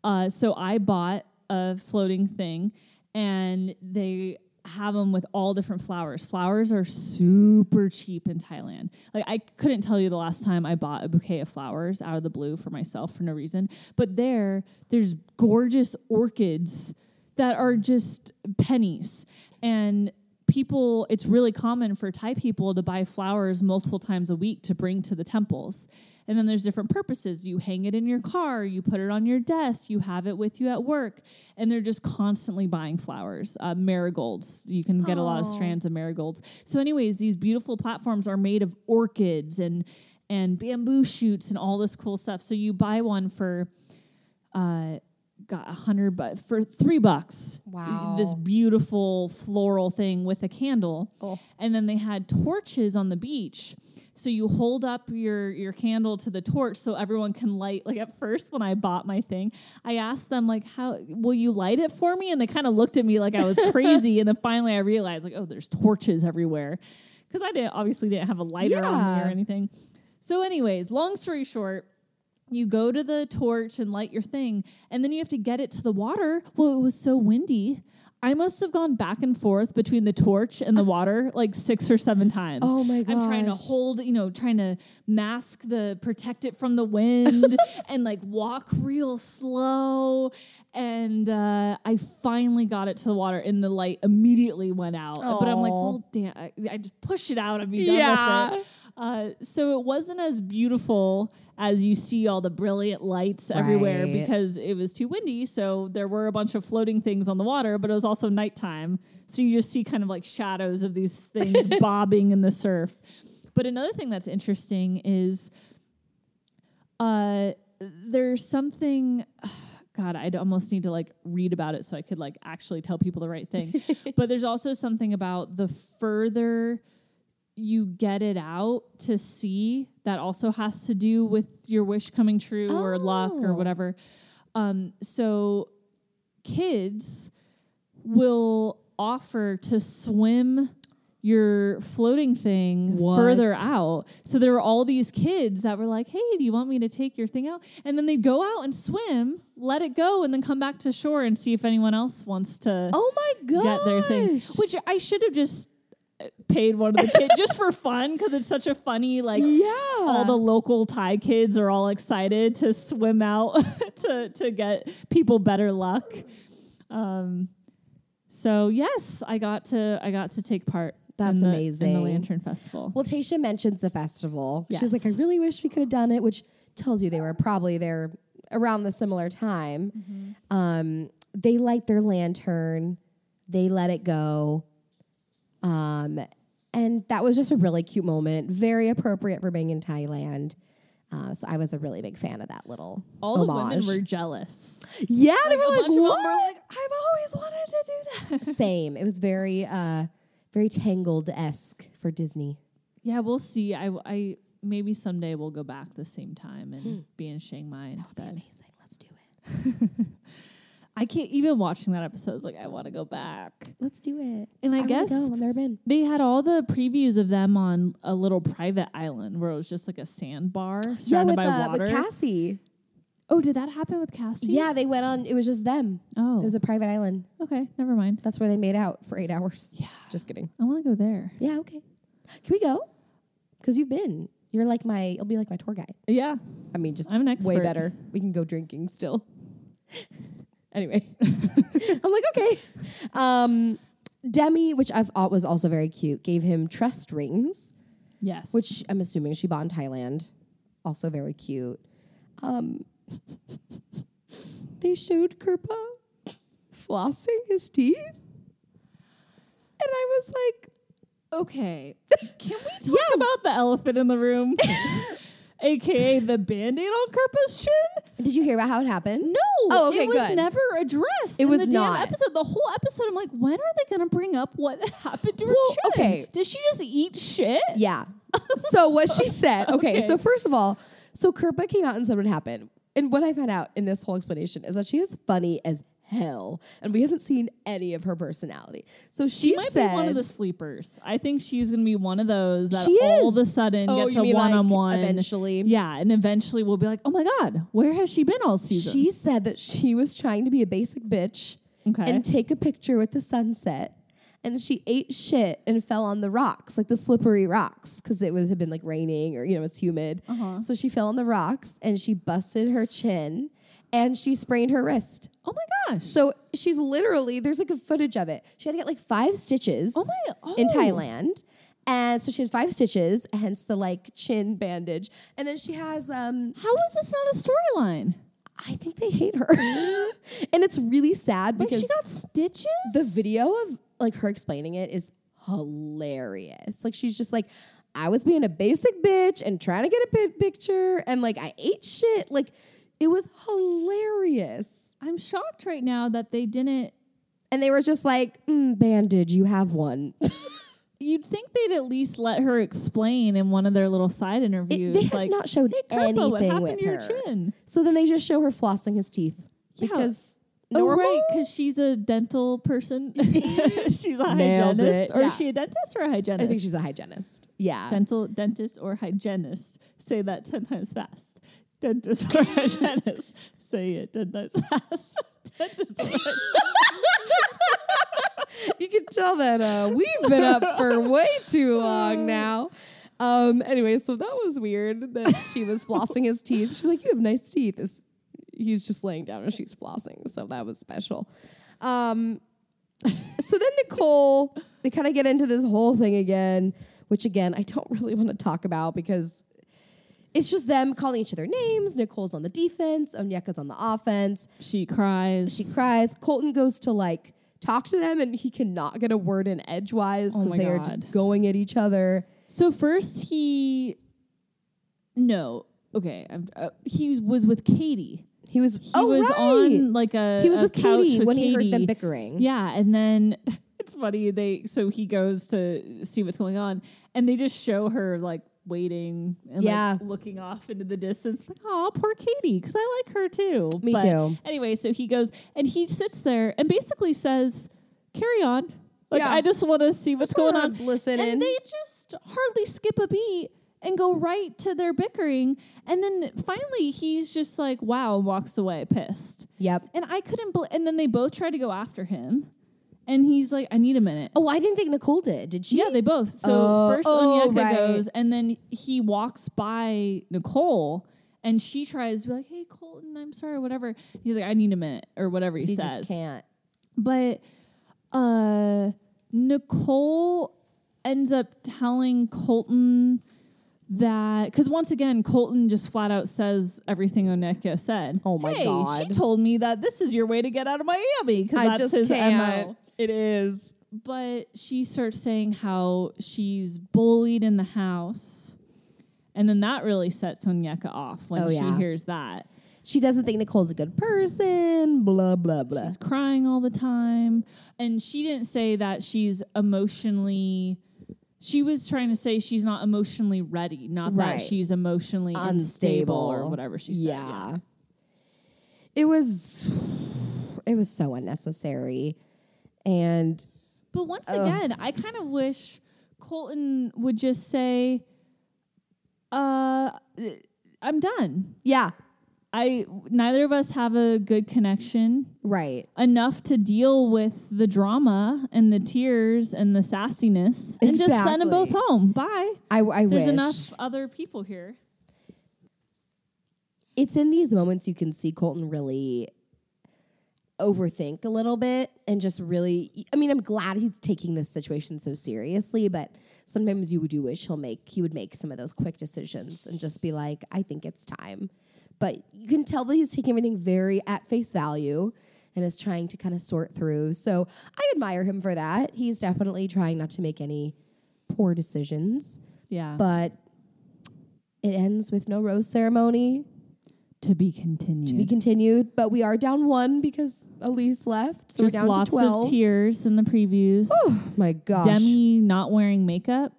S1: uh, so I bought a floating thing, and they have them with all different flowers. Flowers are super cheap in Thailand. Like, I couldn't tell you the last time I bought a bouquet of flowers out of the blue for myself for no reason. But there, there's gorgeous orchids that are just pennies. And people it's really common for thai people to buy flowers multiple times a week to bring to the temples and then there's different purposes you hang it in your car you put it on your desk you have it with you at work and they're just constantly buying flowers uh, marigolds you can get a lot of
S2: Aw.
S1: strands of marigolds so anyways these beautiful platforms are made of orchids and and bamboo shoots and all this cool stuff so you buy one for uh, got a hundred but for three bucks.
S2: Wow.
S1: This beautiful floral thing with a candle.
S2: Oh.
S1: And then they had torches on the beach. So you hold up your your candle to the torch so everyone can light. Like at first when I bought my thing, I asked them like how will you light it for me? And they kind of looked at me like I
S2: [laughs]
S1: was crazy. and then finally I realized like, oh, there's torches everywhere. Because I didn't obviously didn't have a lighter on me
S2: Yeah.
S1: or anything. So, anyways, long story short, you go to the torch and light your thing, and then you have to get it to the water. Well, it was so windy. I must have gone back and forth between the torch
S2: [laughs]
S1: and the water like six or seven times.
S2: Oh my
S1: I'm trying to
S2: gosh.
S1: hold, you know, trying to mask the protect it from the
S2: [laughs]
S1: wind and like walk real slow. And uh, I finally got it to the water, and the light immediately went out. But I'm like,
S2: Aw.
S1: well, damn! I, I just push it out. I'd be done with it.
S2: Yeah.
S1: Uh, so it wasn't as beautiful as you see all the brilliant lights everywhere
S2: Right.
S1: because it was too windy. So there were a bunch of floating things on the water, but it was also nighttime. So you just see kind of like shadows of these things bobbing in the surf. But another thing that's interesting is uh, there's something. God, I'd almost need to like read about it so I could like actually tell people the right
S2: [laughs]
S1: thing. but there's also something about the further you get it out to see that also has to do with your wish coming true or luck or
S2: Oh.
S1: whatever. Um, so kids will offer to swim your floating thing
S2: What?
S1: further out. So there were all these kids that were like, "Hey, do you want me to take your thing out?" And then they'd go out and swim, let it go, and then come back to shore and see if anyone else wants to
S2: Oh my god.
S1: get their thing. Which I should have just uh, paid one of the kids just for fun because it's such a funny like
S2: yeah.
S1: all the local Thai kids are all excited to swim out [laughs] to to get people better luck. Um, so yes, I got to I got to take part. in
S2: That's
S1: the, In the
S2: amazing.
S1: Lantern Festival.
S2: Well, Tasha mentions the festival. She's like, I
S1: Yes.
S2: really wish we could have done it, which tells you they were probably there around the similar time.
S1: Mm-hmm.
S2: Um, they light their lantern, they let it go. Um, and that was just a really cute moment, very appropriate for being in Thailand. Uh, so I was a really big fan of that little
S1: all the
S2: homage.
S1: women were jealous.
S2: yeah, they
S1: a
S2: were
S1: bunch
S2: like,
S1: of them were
S2: what?
S1: like, I've always wanted to do [laughs] that.
S2: Same. It was very, uh, very tangled esque for Disney.
S1: yeah, we'll see. I I maybe someday we'll go back the same time
S2: Hmm.
S1: and be in Chiang Mai instead.
S2: Amazing. Let's do it.
S1: I can't even watching that episode. I was like, I want to go back.
S2: Let's do it.
S1: And I, guess
S2: wanna go. I've never been.
S1: They had all the previews of them on a little private island where it was just like a
S2: [gasps]
S1: sandbar surrounded by
S2: uh,
S1: water.
S2: with Cassie.
S1: oh, did that happen with Cassie?
S2: Yeah, they went on. It was just them.
S1: Oh.
S2: It was a private island.
S1: okay. Never mind.
S2: That's where they made out for eight hours.
S1: Yeah.
S2: Just kidding.
S1: I want to go there.
S2: Yeah. Okay. Can we go? Because you've been. You're like my. You'll be like my tour guide.
S1: Yeah.
S2: I mean, just
S1: I'm an
S2: way
S1: expert.
S2: better. We can go drinking still. [laughs]
S1: [laughs]
S2: anyway, I'm like okay. Um, Demi, which I thought was also very cute, gave him trust rings.
S1: Yes.
S2: which I'm assuming she bought in Thailand. Also very cute. Um, [laughs] they showed Kerpa flossing his teeth, and I was like,
S1: okay. Can we [laughs] talk about the elephant in the room? AKA the band-aid on Kerpa's chin?
S2: [laughs] "Did you hear about how it happened?"
S1: No.
S2: Oh, okay,
S1: It was
S2: good.
S1: never addressed.
S2: It
S1: in
S2: was
S1: the
S2: not.
S1: damn episode. The whole episode, I'm like, when are they gonna bring up what [laughs] happened to her
S2: Well,
S1: chin?
S2: okay.
S1: Did she just eat shit?
S2: Yeah. so what she [laughs] said. Okay,
S1: Okay.
S2: So first of all, so Kerpa came out and said what happened, and what I found out in this whole explanation is that she is funny as hell, and we haven't seen any of her personality. So she,
S1: might
S2: said.
S1: be one of the sleepers. I think she's gonna be one of those that
S2: She
S1: all
S2: is.
S1: of a sudden
S2: Oh,
S1: gets
S2: you
S1: a
S2: mean, like,
S1: one on one
S2: eventually?
S1: Yeah, and eventually we'll be like, oh my god, where has she been all season?
S2: She said that she was trying to be a basic bitch
S1: Okay.
S2: and take a picture with the sunset. And she ate shit and fell on the rocks, like the slippery rocks, because it was had been like raining or you know it's humid.
S1: Uh-huh.
S2: So she fell on the rocks and she busted her chin, and she sprained her wrist.
S1: oh my gosh.
S2: So she's literally there's like a footage of it. She had to get like five stitches
S1: Oh my- oh.
S2: in Thailand. And so she had five stitches, hence the like chin bandage. And then she has um
S1: How is this not a storyline?
S2: I think they hate her. [laughs] and it's really sad
S1: Like
S2: because
S1: she got stitches.
S2: the video of like her explaining it is hilarious. Like she's just like, I was being a basic bitch and trying to get a pi- picture and like I ate shit. Like It was hilarious.
S1: I'm shocked right now that they didn't.
S2: And they were just like, mm, bandage, you
S1: [laughs]
S2: have one.
S1: You'd think they'd at least let her explain in one of their little side
S2: It-
S1: interviews,
S2: they have
S1: like,
S2: not showed
S1: "Hey, Kerpo, what
S2: anything
S1: happened
S2: with
S1: to your
S2: her.
S1: chin?"
S2: So then they just show her flossing his teeth
S1: Yeah.
S2: because
S1: Oh,
S2: normal.
S1: right, because she's a dental
S2: [laughs]
S1: person. [laughs] she's a
S2: Nailed
S1: hygienist,
S2: it.
S1: or
S2: Yeah.
S1: is she a dentist or a hygienist?
S2: I think she's a hygienist. Yeah.
S1: dental dentist or hygienist. Say that ten times fast.
S2: [laughs]
S1: Dentist or hygienist. Say it ten times fast. [laughs] dentist or hygienist.
S2: you can tell that uh, we've been up for way too long now. Um, anyway, so that was weird that she was flossing his teeth. She's like, "You have nice teeth." It's- he's just laying down and she's flossing, so that was special. Um, so then Nicole, they kind of get into this whole thing again, which again I don't really want to talk about because it's just them calling each other names. Nicole's on the defense, Onyeka's on the offense.
S1: She cries.
S2: She cries. Colton goes to like talk to them, and he cannot get a word in edgewise
S1: Oh
S2: because
S1: my
S2: they are
S1: God.
S2: just going at each other.
S1: so first he, no, okay, I'm, uh, he was with Katie.
S2: He was
S1: He
S2: oh
S1: was
S2: right.
S1: on like a
S2: he was
S1: a
S2: with
S1: couch
S2: Katie
S1: with
S2: when he heard them
S1: Katie.
S2: bickering.
S1: Yeah, and then [laughs] it's funny they so he goes to see what's going on, and they just show her like waiting and
S2: Yeah.
S1: like looking off into the distance, like oh poor Katie, because I like her too.
S2: Me too.
S1: Anyway, so he goes and he sits there and basically says, "Carry on." Like
S2: Yeah.
S1: I just want to see what's
S2: Just
S1: going
S2: wanna
S1: on.
S2: listen in.
S1: and they just hardly skip a beat and go right to their bickering, and then finally he's just like, "Wow," and walks away pissed.
S2: Yep.
S1: And I couldn't believe. And then they both tried to go after him, and he's like, "I need a minute."
S2: Oh, I didn't think Nicole did. Did she?
S1: Yeah, they both. So
S2: Oh,
S1: first
S2: oh,
S1: Onyeka
S2: right.
S1: goes, and then he walks by Nicole, and she tries to be like, "Hey, Colton, I'm sorry, whatever." He's like, "I need a minute," or whatever he,
S2: You
S1: says.
S2: just can't.
S1: But uh, Nicole ends up telling Colton that because once again Colton just flat out says everything Oneka said.
S2: Oh my
S1: hey, She
S2: God.
S1: told me that this is your way to get out of Miami because
S2: I
S1: that's
S2: just
S1: his
S2: can't.
S1: mo.
S2: It is.
S1: But she starts saying how she's bullied in the house, and then that really sets Onyeka off when
S2: Oh,
S1: she
S2: yeah.
S1: hears that.
S2: She doesn't think Nicole's a good person. Blah blah blah.
S1: She's crying all the time. And she didn't say that she's emotionally she was trying to say she's not emotionally ready, not
S2: Right.
S1: that she's emotionally unstable or whatever she said.
S2: Yeah. It was it was so unnecessary. And
S1: But once again, I kind of wish Colton would just say, uh I'm done.
S2: yeah,
S1: I neither of us have a good connection.
S2: right.
S1: enough to deal with the drama and the tears and the sassiness and just send them both
S2: Exactly.
S1: home. Bye.
S2: I, I
S1: There's
S2: wish
S1: enough other people here.
S2: It's in these moments you can see Colton really overthink a little bit and just really I mean I'm glad he's taking this situation so seriously but sometimes you do wish he'll make he would make some of those quick decisions and just be like I think it's time but you can tell that he's taking everything very at face value and is trying to kind of sort through so I admire him for that he's definitely trying not to make any poor decisions
S1: Yeah.
S2: but it ends with no rose ceremony
S1: to be continued.
S2: we continued, but we are down one because Elise left. So
S1: Just
S2: we're down
S1: lots
S2: to 12.
S1: of tears in the previews.
S2: Oh my gosh.
S1: Demi not wearing makeup.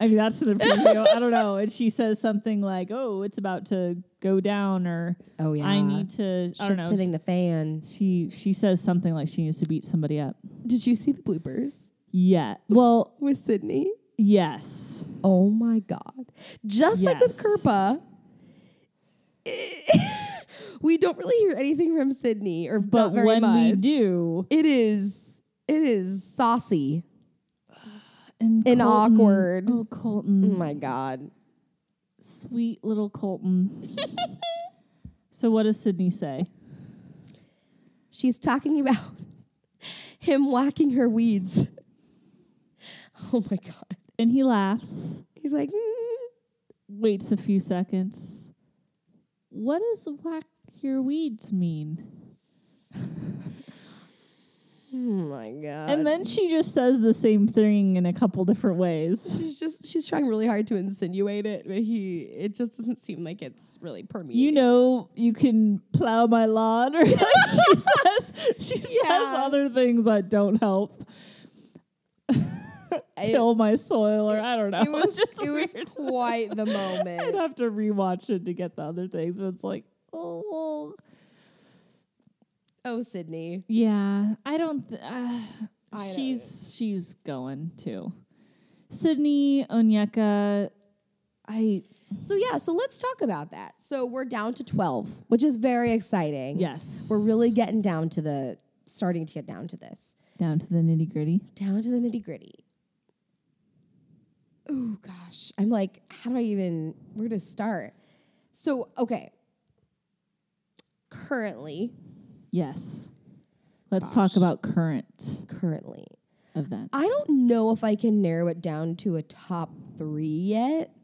S1: I mean, that's in
S2: [laughs]
S1: the preview. I don't know. And she says something like, oh, it's about to go down or
S2: oh, yeah.
S1: I need to, I don't
S2: Shit's
S1: know.
S2: hitting the fan.
S1: She, she says something like she needs to beat somebody up.
S2: Did you see the bloopers
S1: Yeah. Well,
S2: with Sydney?
S1: yes.
S2: Oh my God. Just like with
S1: Yes.
S2: Kerpa, [laughs] we don't really hear anything from Sydney or
S1: But
S2: not very
S1: when we
S2: much.
S1: do,
S2: it is. It is saucy.
S1: and,
S2: And
S1: Colton-
S2: awkward.
S1: Oh, Colton,
S2: Oh my God.
S1: sweet little
S2: [laughs]
S1: Colton. so, what does Sydney say?
S2: She's talking about [laughs] him whacking her weeds. [laughs] Oh my God.
S1: And he laughs,
S2: He's like, "Mm."
S1: waits a few seconds. What does whack your weeds mean?
S2: oh my God.
S1: and
S2: it.
S1: And then she just says the same thing in a couple different ways.
S2: she's just she's trying really hard to insinuate it, but he it just doesn't seem like it's really permeating.
S1: You know, you can plow my lawn, [laughs] or like
S2: [laughs]
S1: she says, she says
S2: Yeah.
S1: other things that don't help.
S2: I-
S1: Till my soil, or I don't know. [laughs]
S2: it was
S1: just
S2: it was
S1: weird.
S2: quite
S1: [laughs]
S2: the
S1: I'd
S2: moment.
S1: have to rewatch it to get the other things, but it's like, oh, well,
S2: Oh, Sydney.
S1: yeah. I don't. Th- uh,
S2: I don't
S1: she's she's going too. Sydney Onyeka, I
S2: So yeah, so let's talk about that. So we're down to 12, which is very exciting.
S1: yes.
S2: We're really getting down to the starting to get down to this.
S1: down to the nitty gritty.
S2: Down to the nitty-gritty. Oh gosh. I'm like, how do I even where to start? So, okay. Currently,
S1: Yes. Let's
S2: Gosh.
S1: talk about current
S2: currently.
S1: events.
S2: I don't know if I can narrow it down to a top 3 yet,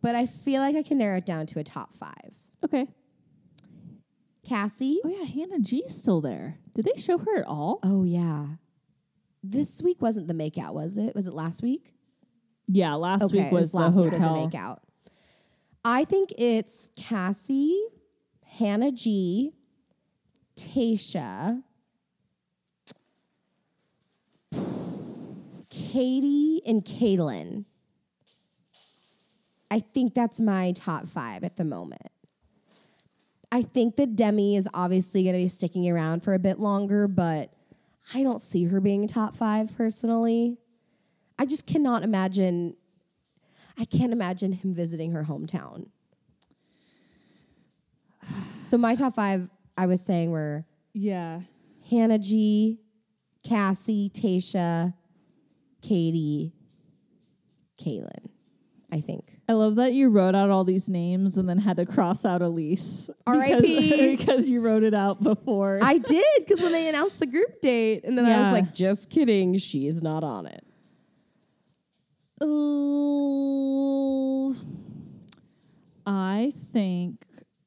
S2: but I feel like I can narrow it down to a top 5.
S1: Okay.
S2: Cassie,
S1: Oh yeah, Hannah G's still there. Did they show her at all?
S2: Oh yeah. This week wasn't the makeout, was it? Was it last week?
S1: Yeah, last
S2: okay,
S1: week
S2: it
S1: was, the
S2: last week was the
S1: hotel.
S2: makeout. I think it's Cassie, Hannah G, Tasha, Katie, and Caitlin. I think that's my top five at the moment. I think that Demi is obviously going to be sticking around for a bit longer, but I don't see her being top five personally. I just cannot imagine. I can't imagine him visiting her hometown. So my top five, I was saying, were
S1: yeah.
S2: Hannah G, Cassie, Tasha, Katie, Kaylin. I think.
S1: I love that you wrote out all these names and then had to cross out Elise.
S2: R.I.P..
S1: Because, [laughs] because you wrote it out before.
S2: I did because when they announced the group date, and then I
S1: Yeah.
S2: was like, "Just kidding, she is not on it."
S1: Ooh. I think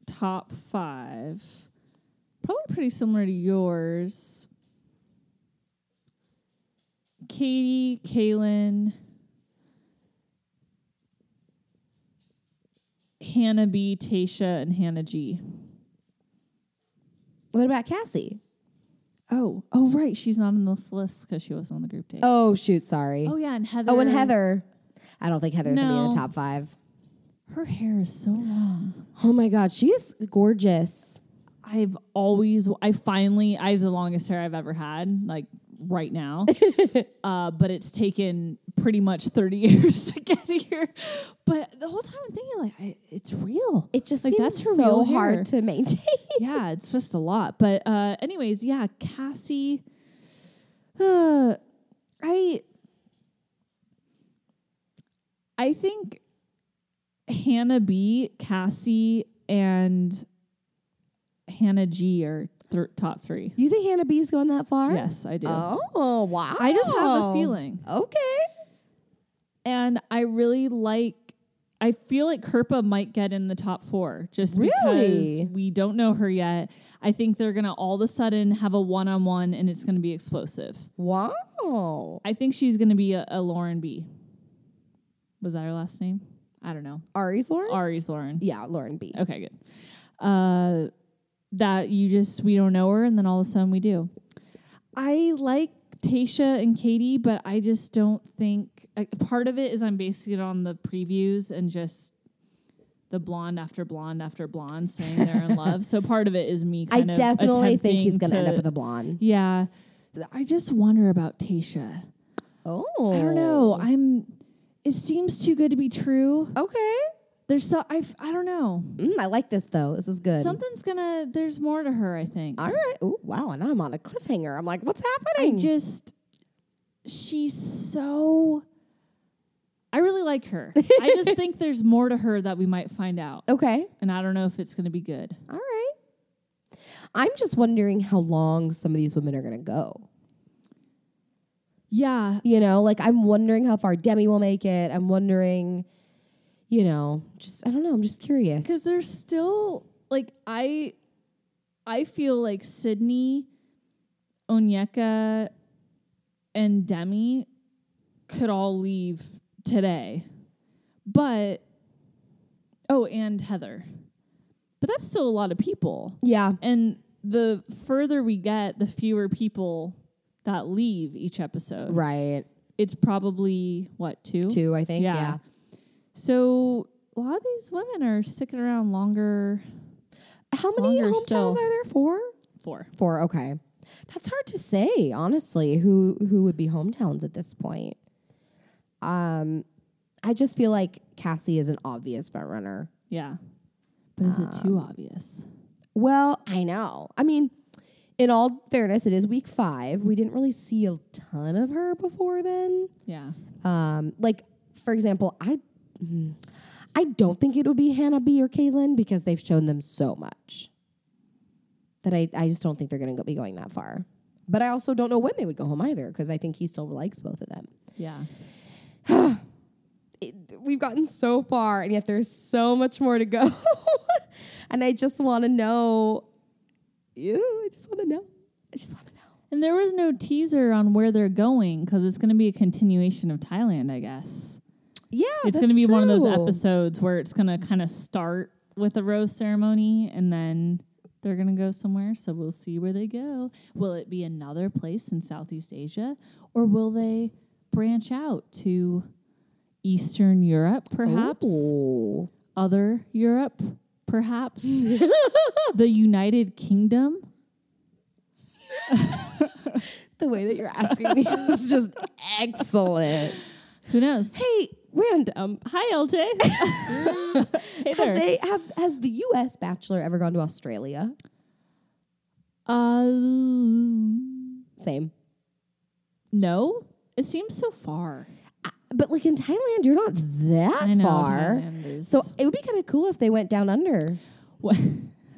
S1: top five, probably pretty similar to yours. Katie, Kaylin, Hannah B, Tasha, and Hannah G.
S2: What about Cassie?
S1: Oh, oh right, she's not on this list because she wasn't on the group date.
S2: Oh shoot, sorry.
S1: Oh, yeah, and Heather.
S2: Oh, and Heather. I don't think Heather's gonna be in the
S1: No.
S2: top five.
S1: Her hair is so long.
S2: Oh my God, she is gorgeous.
S1: I've always, I finally, I have the longest hair I've ever had, like right now. uh, but it's taken pretty much 30 [laughs] years to get here. But the whole time I'm thinking, like, I, it's real.
S2: It just
S1: Like,
S2: seems
S1: that's her
S2: so
S1: real
S2: hard
S1: hair.
S2: to maintain.
S1: yeah, it's just a lot. But, uh, anyways, yeah, Cassie, uh, I, I think Hannah B, Cassie, and Hannah G are th- top three.
S2: [laughs] You think Hannah B is going that far?
S1: Yes, I do.
S2: Oh wow.
S1: I just have a feeling.
S2: Okay.
S1: And I really like I feel like Kerpa might get in the top four just
S2: Really?
S1: because we don't know her yet. I think they're gonna all of a sudden have a one on one and it's gonna be explosive.
S2: Wow.
S1: I think she's gonna be a, a Lauren B. Was that her last name? I don't know.
S2: Ari's Lauren.
S1: Ari's Lauren.
S2: yeah, Lauren B.
S1: Okay, good. Uh, that you just we don't know her, and then all of a sudden we do. I like Tasha and Katie, but I just don't think like, part of it is I'm basing it on the previews and just the blonde after blonde after blonde saying they're in
S2: [laughs]
S1: love. So part of it is me.
S2: I
S1: Kind of
S2: definitely think he's
S1: attempting
S2: gonna end
S1: to-
S2: up with a blonde.
S1: yeah. I just wonder about Tasha.
S2: Oh.
S1: I don't know. I'm. It seems too good to be true.
S2: Okay.
S1: There's so I. I don't know.
S2: Mm, I like this though. This is good.
S1: Something's gonna. There's more to her. I think.
S2: All right. Ooh, wow. And I'm on a cliffhanger. I'm like, what's
S1: I
S2: happening?
S1: just. She's so. I really like [laughs] her. I just think there's more to her that we might find out,
S2: okay.
S1: and I don't know if it's gonna be good.
S2: All right. I'm just wondering how long some of these women are gonna go.
S1: Yeah.
S2: You know, like I'm wondering how far Demi will make it. I'm wondering, you know, just I don't know. I'm just curious.
S1: because there's still like I, I feel like Sydney, Onyeka, and Demi could all leave today. But oh, and Heather. But that's still a lot of people.
S2: Yeah.
S1: And the further we get, the fewer people that leave each episode.
S2: Right.
S1: It's probably what, two?
S2: Two, I think. Yeah.
S1: Yeah. So a lot of these women are sticking around longer.
S2: How many
S1: Longer
S2: hometowns
S1: still.
S2: are there? Four?
S1: Four.
S2: Four. Okay. That's hard to say, honestly, who who would be hometowns at this point. Um I just feel like Cassie is an obvious front runner.
S1: Yeah. But is it too obvious?
S2: Well, I know. I mean, in all fairness, it is week five. We didn't really see a ton of her before then.
S1: Yeah.
S2: Um, like for example, I mm, I don't think it would be Hannah B or Caitlin because they've shown them so much that I, I just don't think they're going to be going that far. But I also don't know when they would go home either because I think he still likes both of them.
S1: Yeah.
S2: It, we've gotten so far and yet there's so much more to go. [laughs] and I just want to know. Ew, I just want to know. I just want to know.
S1: And there was no teaser on where they're going because it's going to be a continuation of Thailand, I guess.
S2: Yeah,
S1: it's going to be one of those
S2: episodes.
S1: episodes where it's going to kind of start with a rose ceremony and then they're going to go somewhere. So we'll see where they go. Will it be another place in Southeast Asia or will they branch out to Eastern Europe, perhaps?
S2: Ooh.
S1: Other Europe,
S2: [laughs]
S1: perhaps? [laughs] the United Kingdom?
S2: The way that you're asking me
S1: [laughs]
S2: is just excellent.
S1: Who knows?
S2: Hey, random.
S1: Hi, [laughs] LJ. hey
S2: Have
S1: there.
S2: they have has the U.S. Bachelor ever gone to Australia?
S1: Uh,
S2: Same,
S1: no, it seems so far.
S2: but like in Thailand, you're not that
S1: I know.
S2: far.
S1: Thailand is-
S2: So it would be kind of cool if they went down under.
S1: What- [laughs]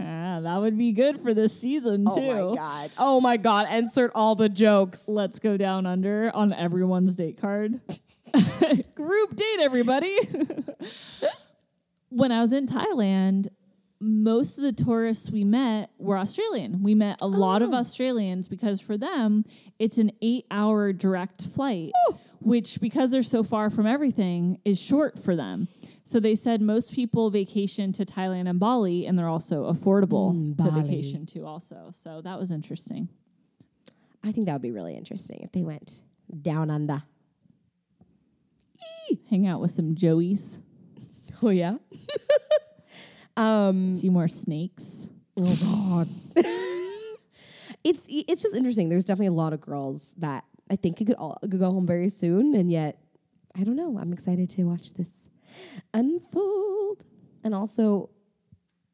S1: Ah, that would be good for this season too.
S2: god! Oh my god! Insert all the jokes.
S1: Let's go down under on everyone's date card. [laughs] Group date, everybody. [laughs] when I was in Thailand, most of the tourists we met were Australian. We met a lot
S2: Oh.
S1: of Australians because for them, it's an eight hour direct flight, which, because they're so far from everything, is short for them. So they said most people vacation to Thailand and Bali, and they're also affordable
S2: Mm,
S1: to
S2: Bali.
S1: vacation to, also. So that was interesting.
S2: I think that would be really interesting if they went down under.
S1: Hang out with some Joeys,
S2: Oh yeah. um.
S1: see more snakes.
S2: Oh [laughs] God. it's it's just interesting. There's definitely a lot of girls that I think could all could go home very soon, and yet I don't know. I'm excited to watch this unfold. And also,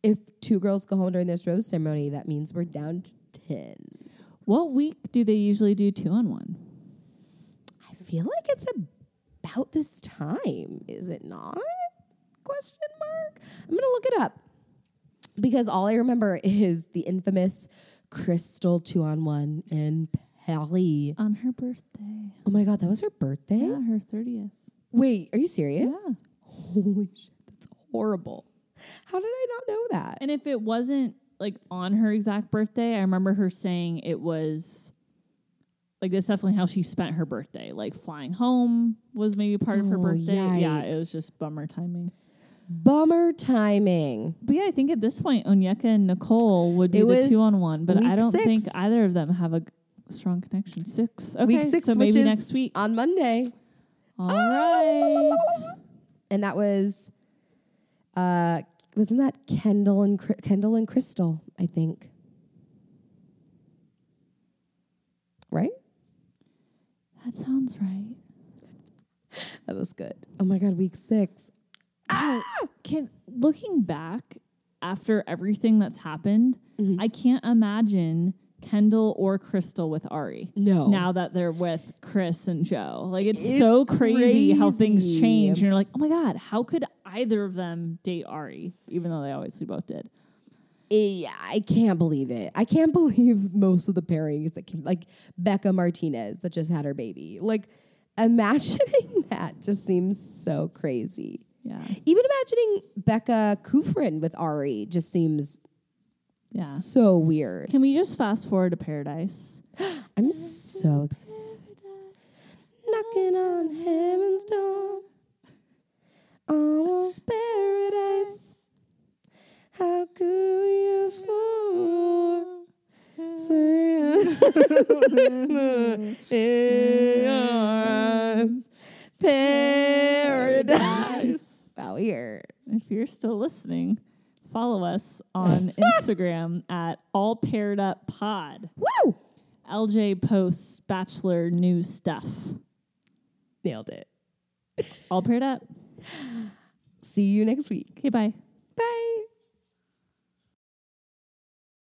S2: if two girls go home during this rose ceremony, that means we're down to ten.
S1: What week do they usually do two on one?
S2: I feel like it's about this time, is it not? Question mark. I'm gonna look it up because all I remember [laughs] is the infamous crystal two on one in Paris.
S1: On her birthday.
S2: Oh my god, that was her birthday.
S1: Yeah, her 30th.
S2: Wait, are you serious?
S1: Yeah.
S2: Holy shit, that's horrible. How did I not know that?
S1: And if it wasn't like on her exact birthday, I remember her saying it was like that's definitely how she spent her birthday. Like flying home was maybe part of her
S2: Oh,
S1: birthday. Yeah, it was
S2: yikes.
S1: just bummer timing.
S2: Bummer timing.
S1: But yeah, I think at this point Onyeka and Nicole would be
S2: It
S1: the
S2: was
S1: two on one, but
S2: week
S1: I don't think
S2: six.
S1: either of them have a g- strong connection. Six. Okay,
S2: Week six,
S1: so
S2: which
S1: maybe
S2: is
S1: next week.
S2: on Monday.
S1: All [laughs] right.
S2: and that was uh wasn't that Kendall and Cr- Kendall and Crystal, I think. Right?
S1: That sounds right.
S2: That was good. Oh my god, week 6.
S1: can looking back after everything that's happened,
S2: Mhm.
S1: I can't imagine Kendall or Crystal with Ari.
S2: No.
S1: Now that they're with Chris and Joe. Like it's, so crazy, how things
S2: crazy.
S1: change. And you're like, oh my God, how could either of them date Ari? Even though they obviously both did.
S2: Eh, I can't believe it. I can't [laughs] believe most of the pairings that came like Becca Martinez that just had her baby. Like imagining [laughs] that just seems so crazy.
S1: Yeah.
S2: Even imagining Becca Kufrin with Ari just seems
S1: Yeah.
S2: so weird.
S1: Can we just fast forward to paradise?
S2: I'm so excited. knocking on heaven's door. Almost paradise. How could we ask for? [laughs] Paradise. Wow, here.
S1: [laughs] If you're still listening, follow us
S2: [laughs]
S1: on Instagram at All Paired Up Pod.
S2: Woo!
S1: LJ posts bachelor new stuff.
S2: Nailed it.
S1: All paired up.
S2: See you next week.
S1: Okay, bye.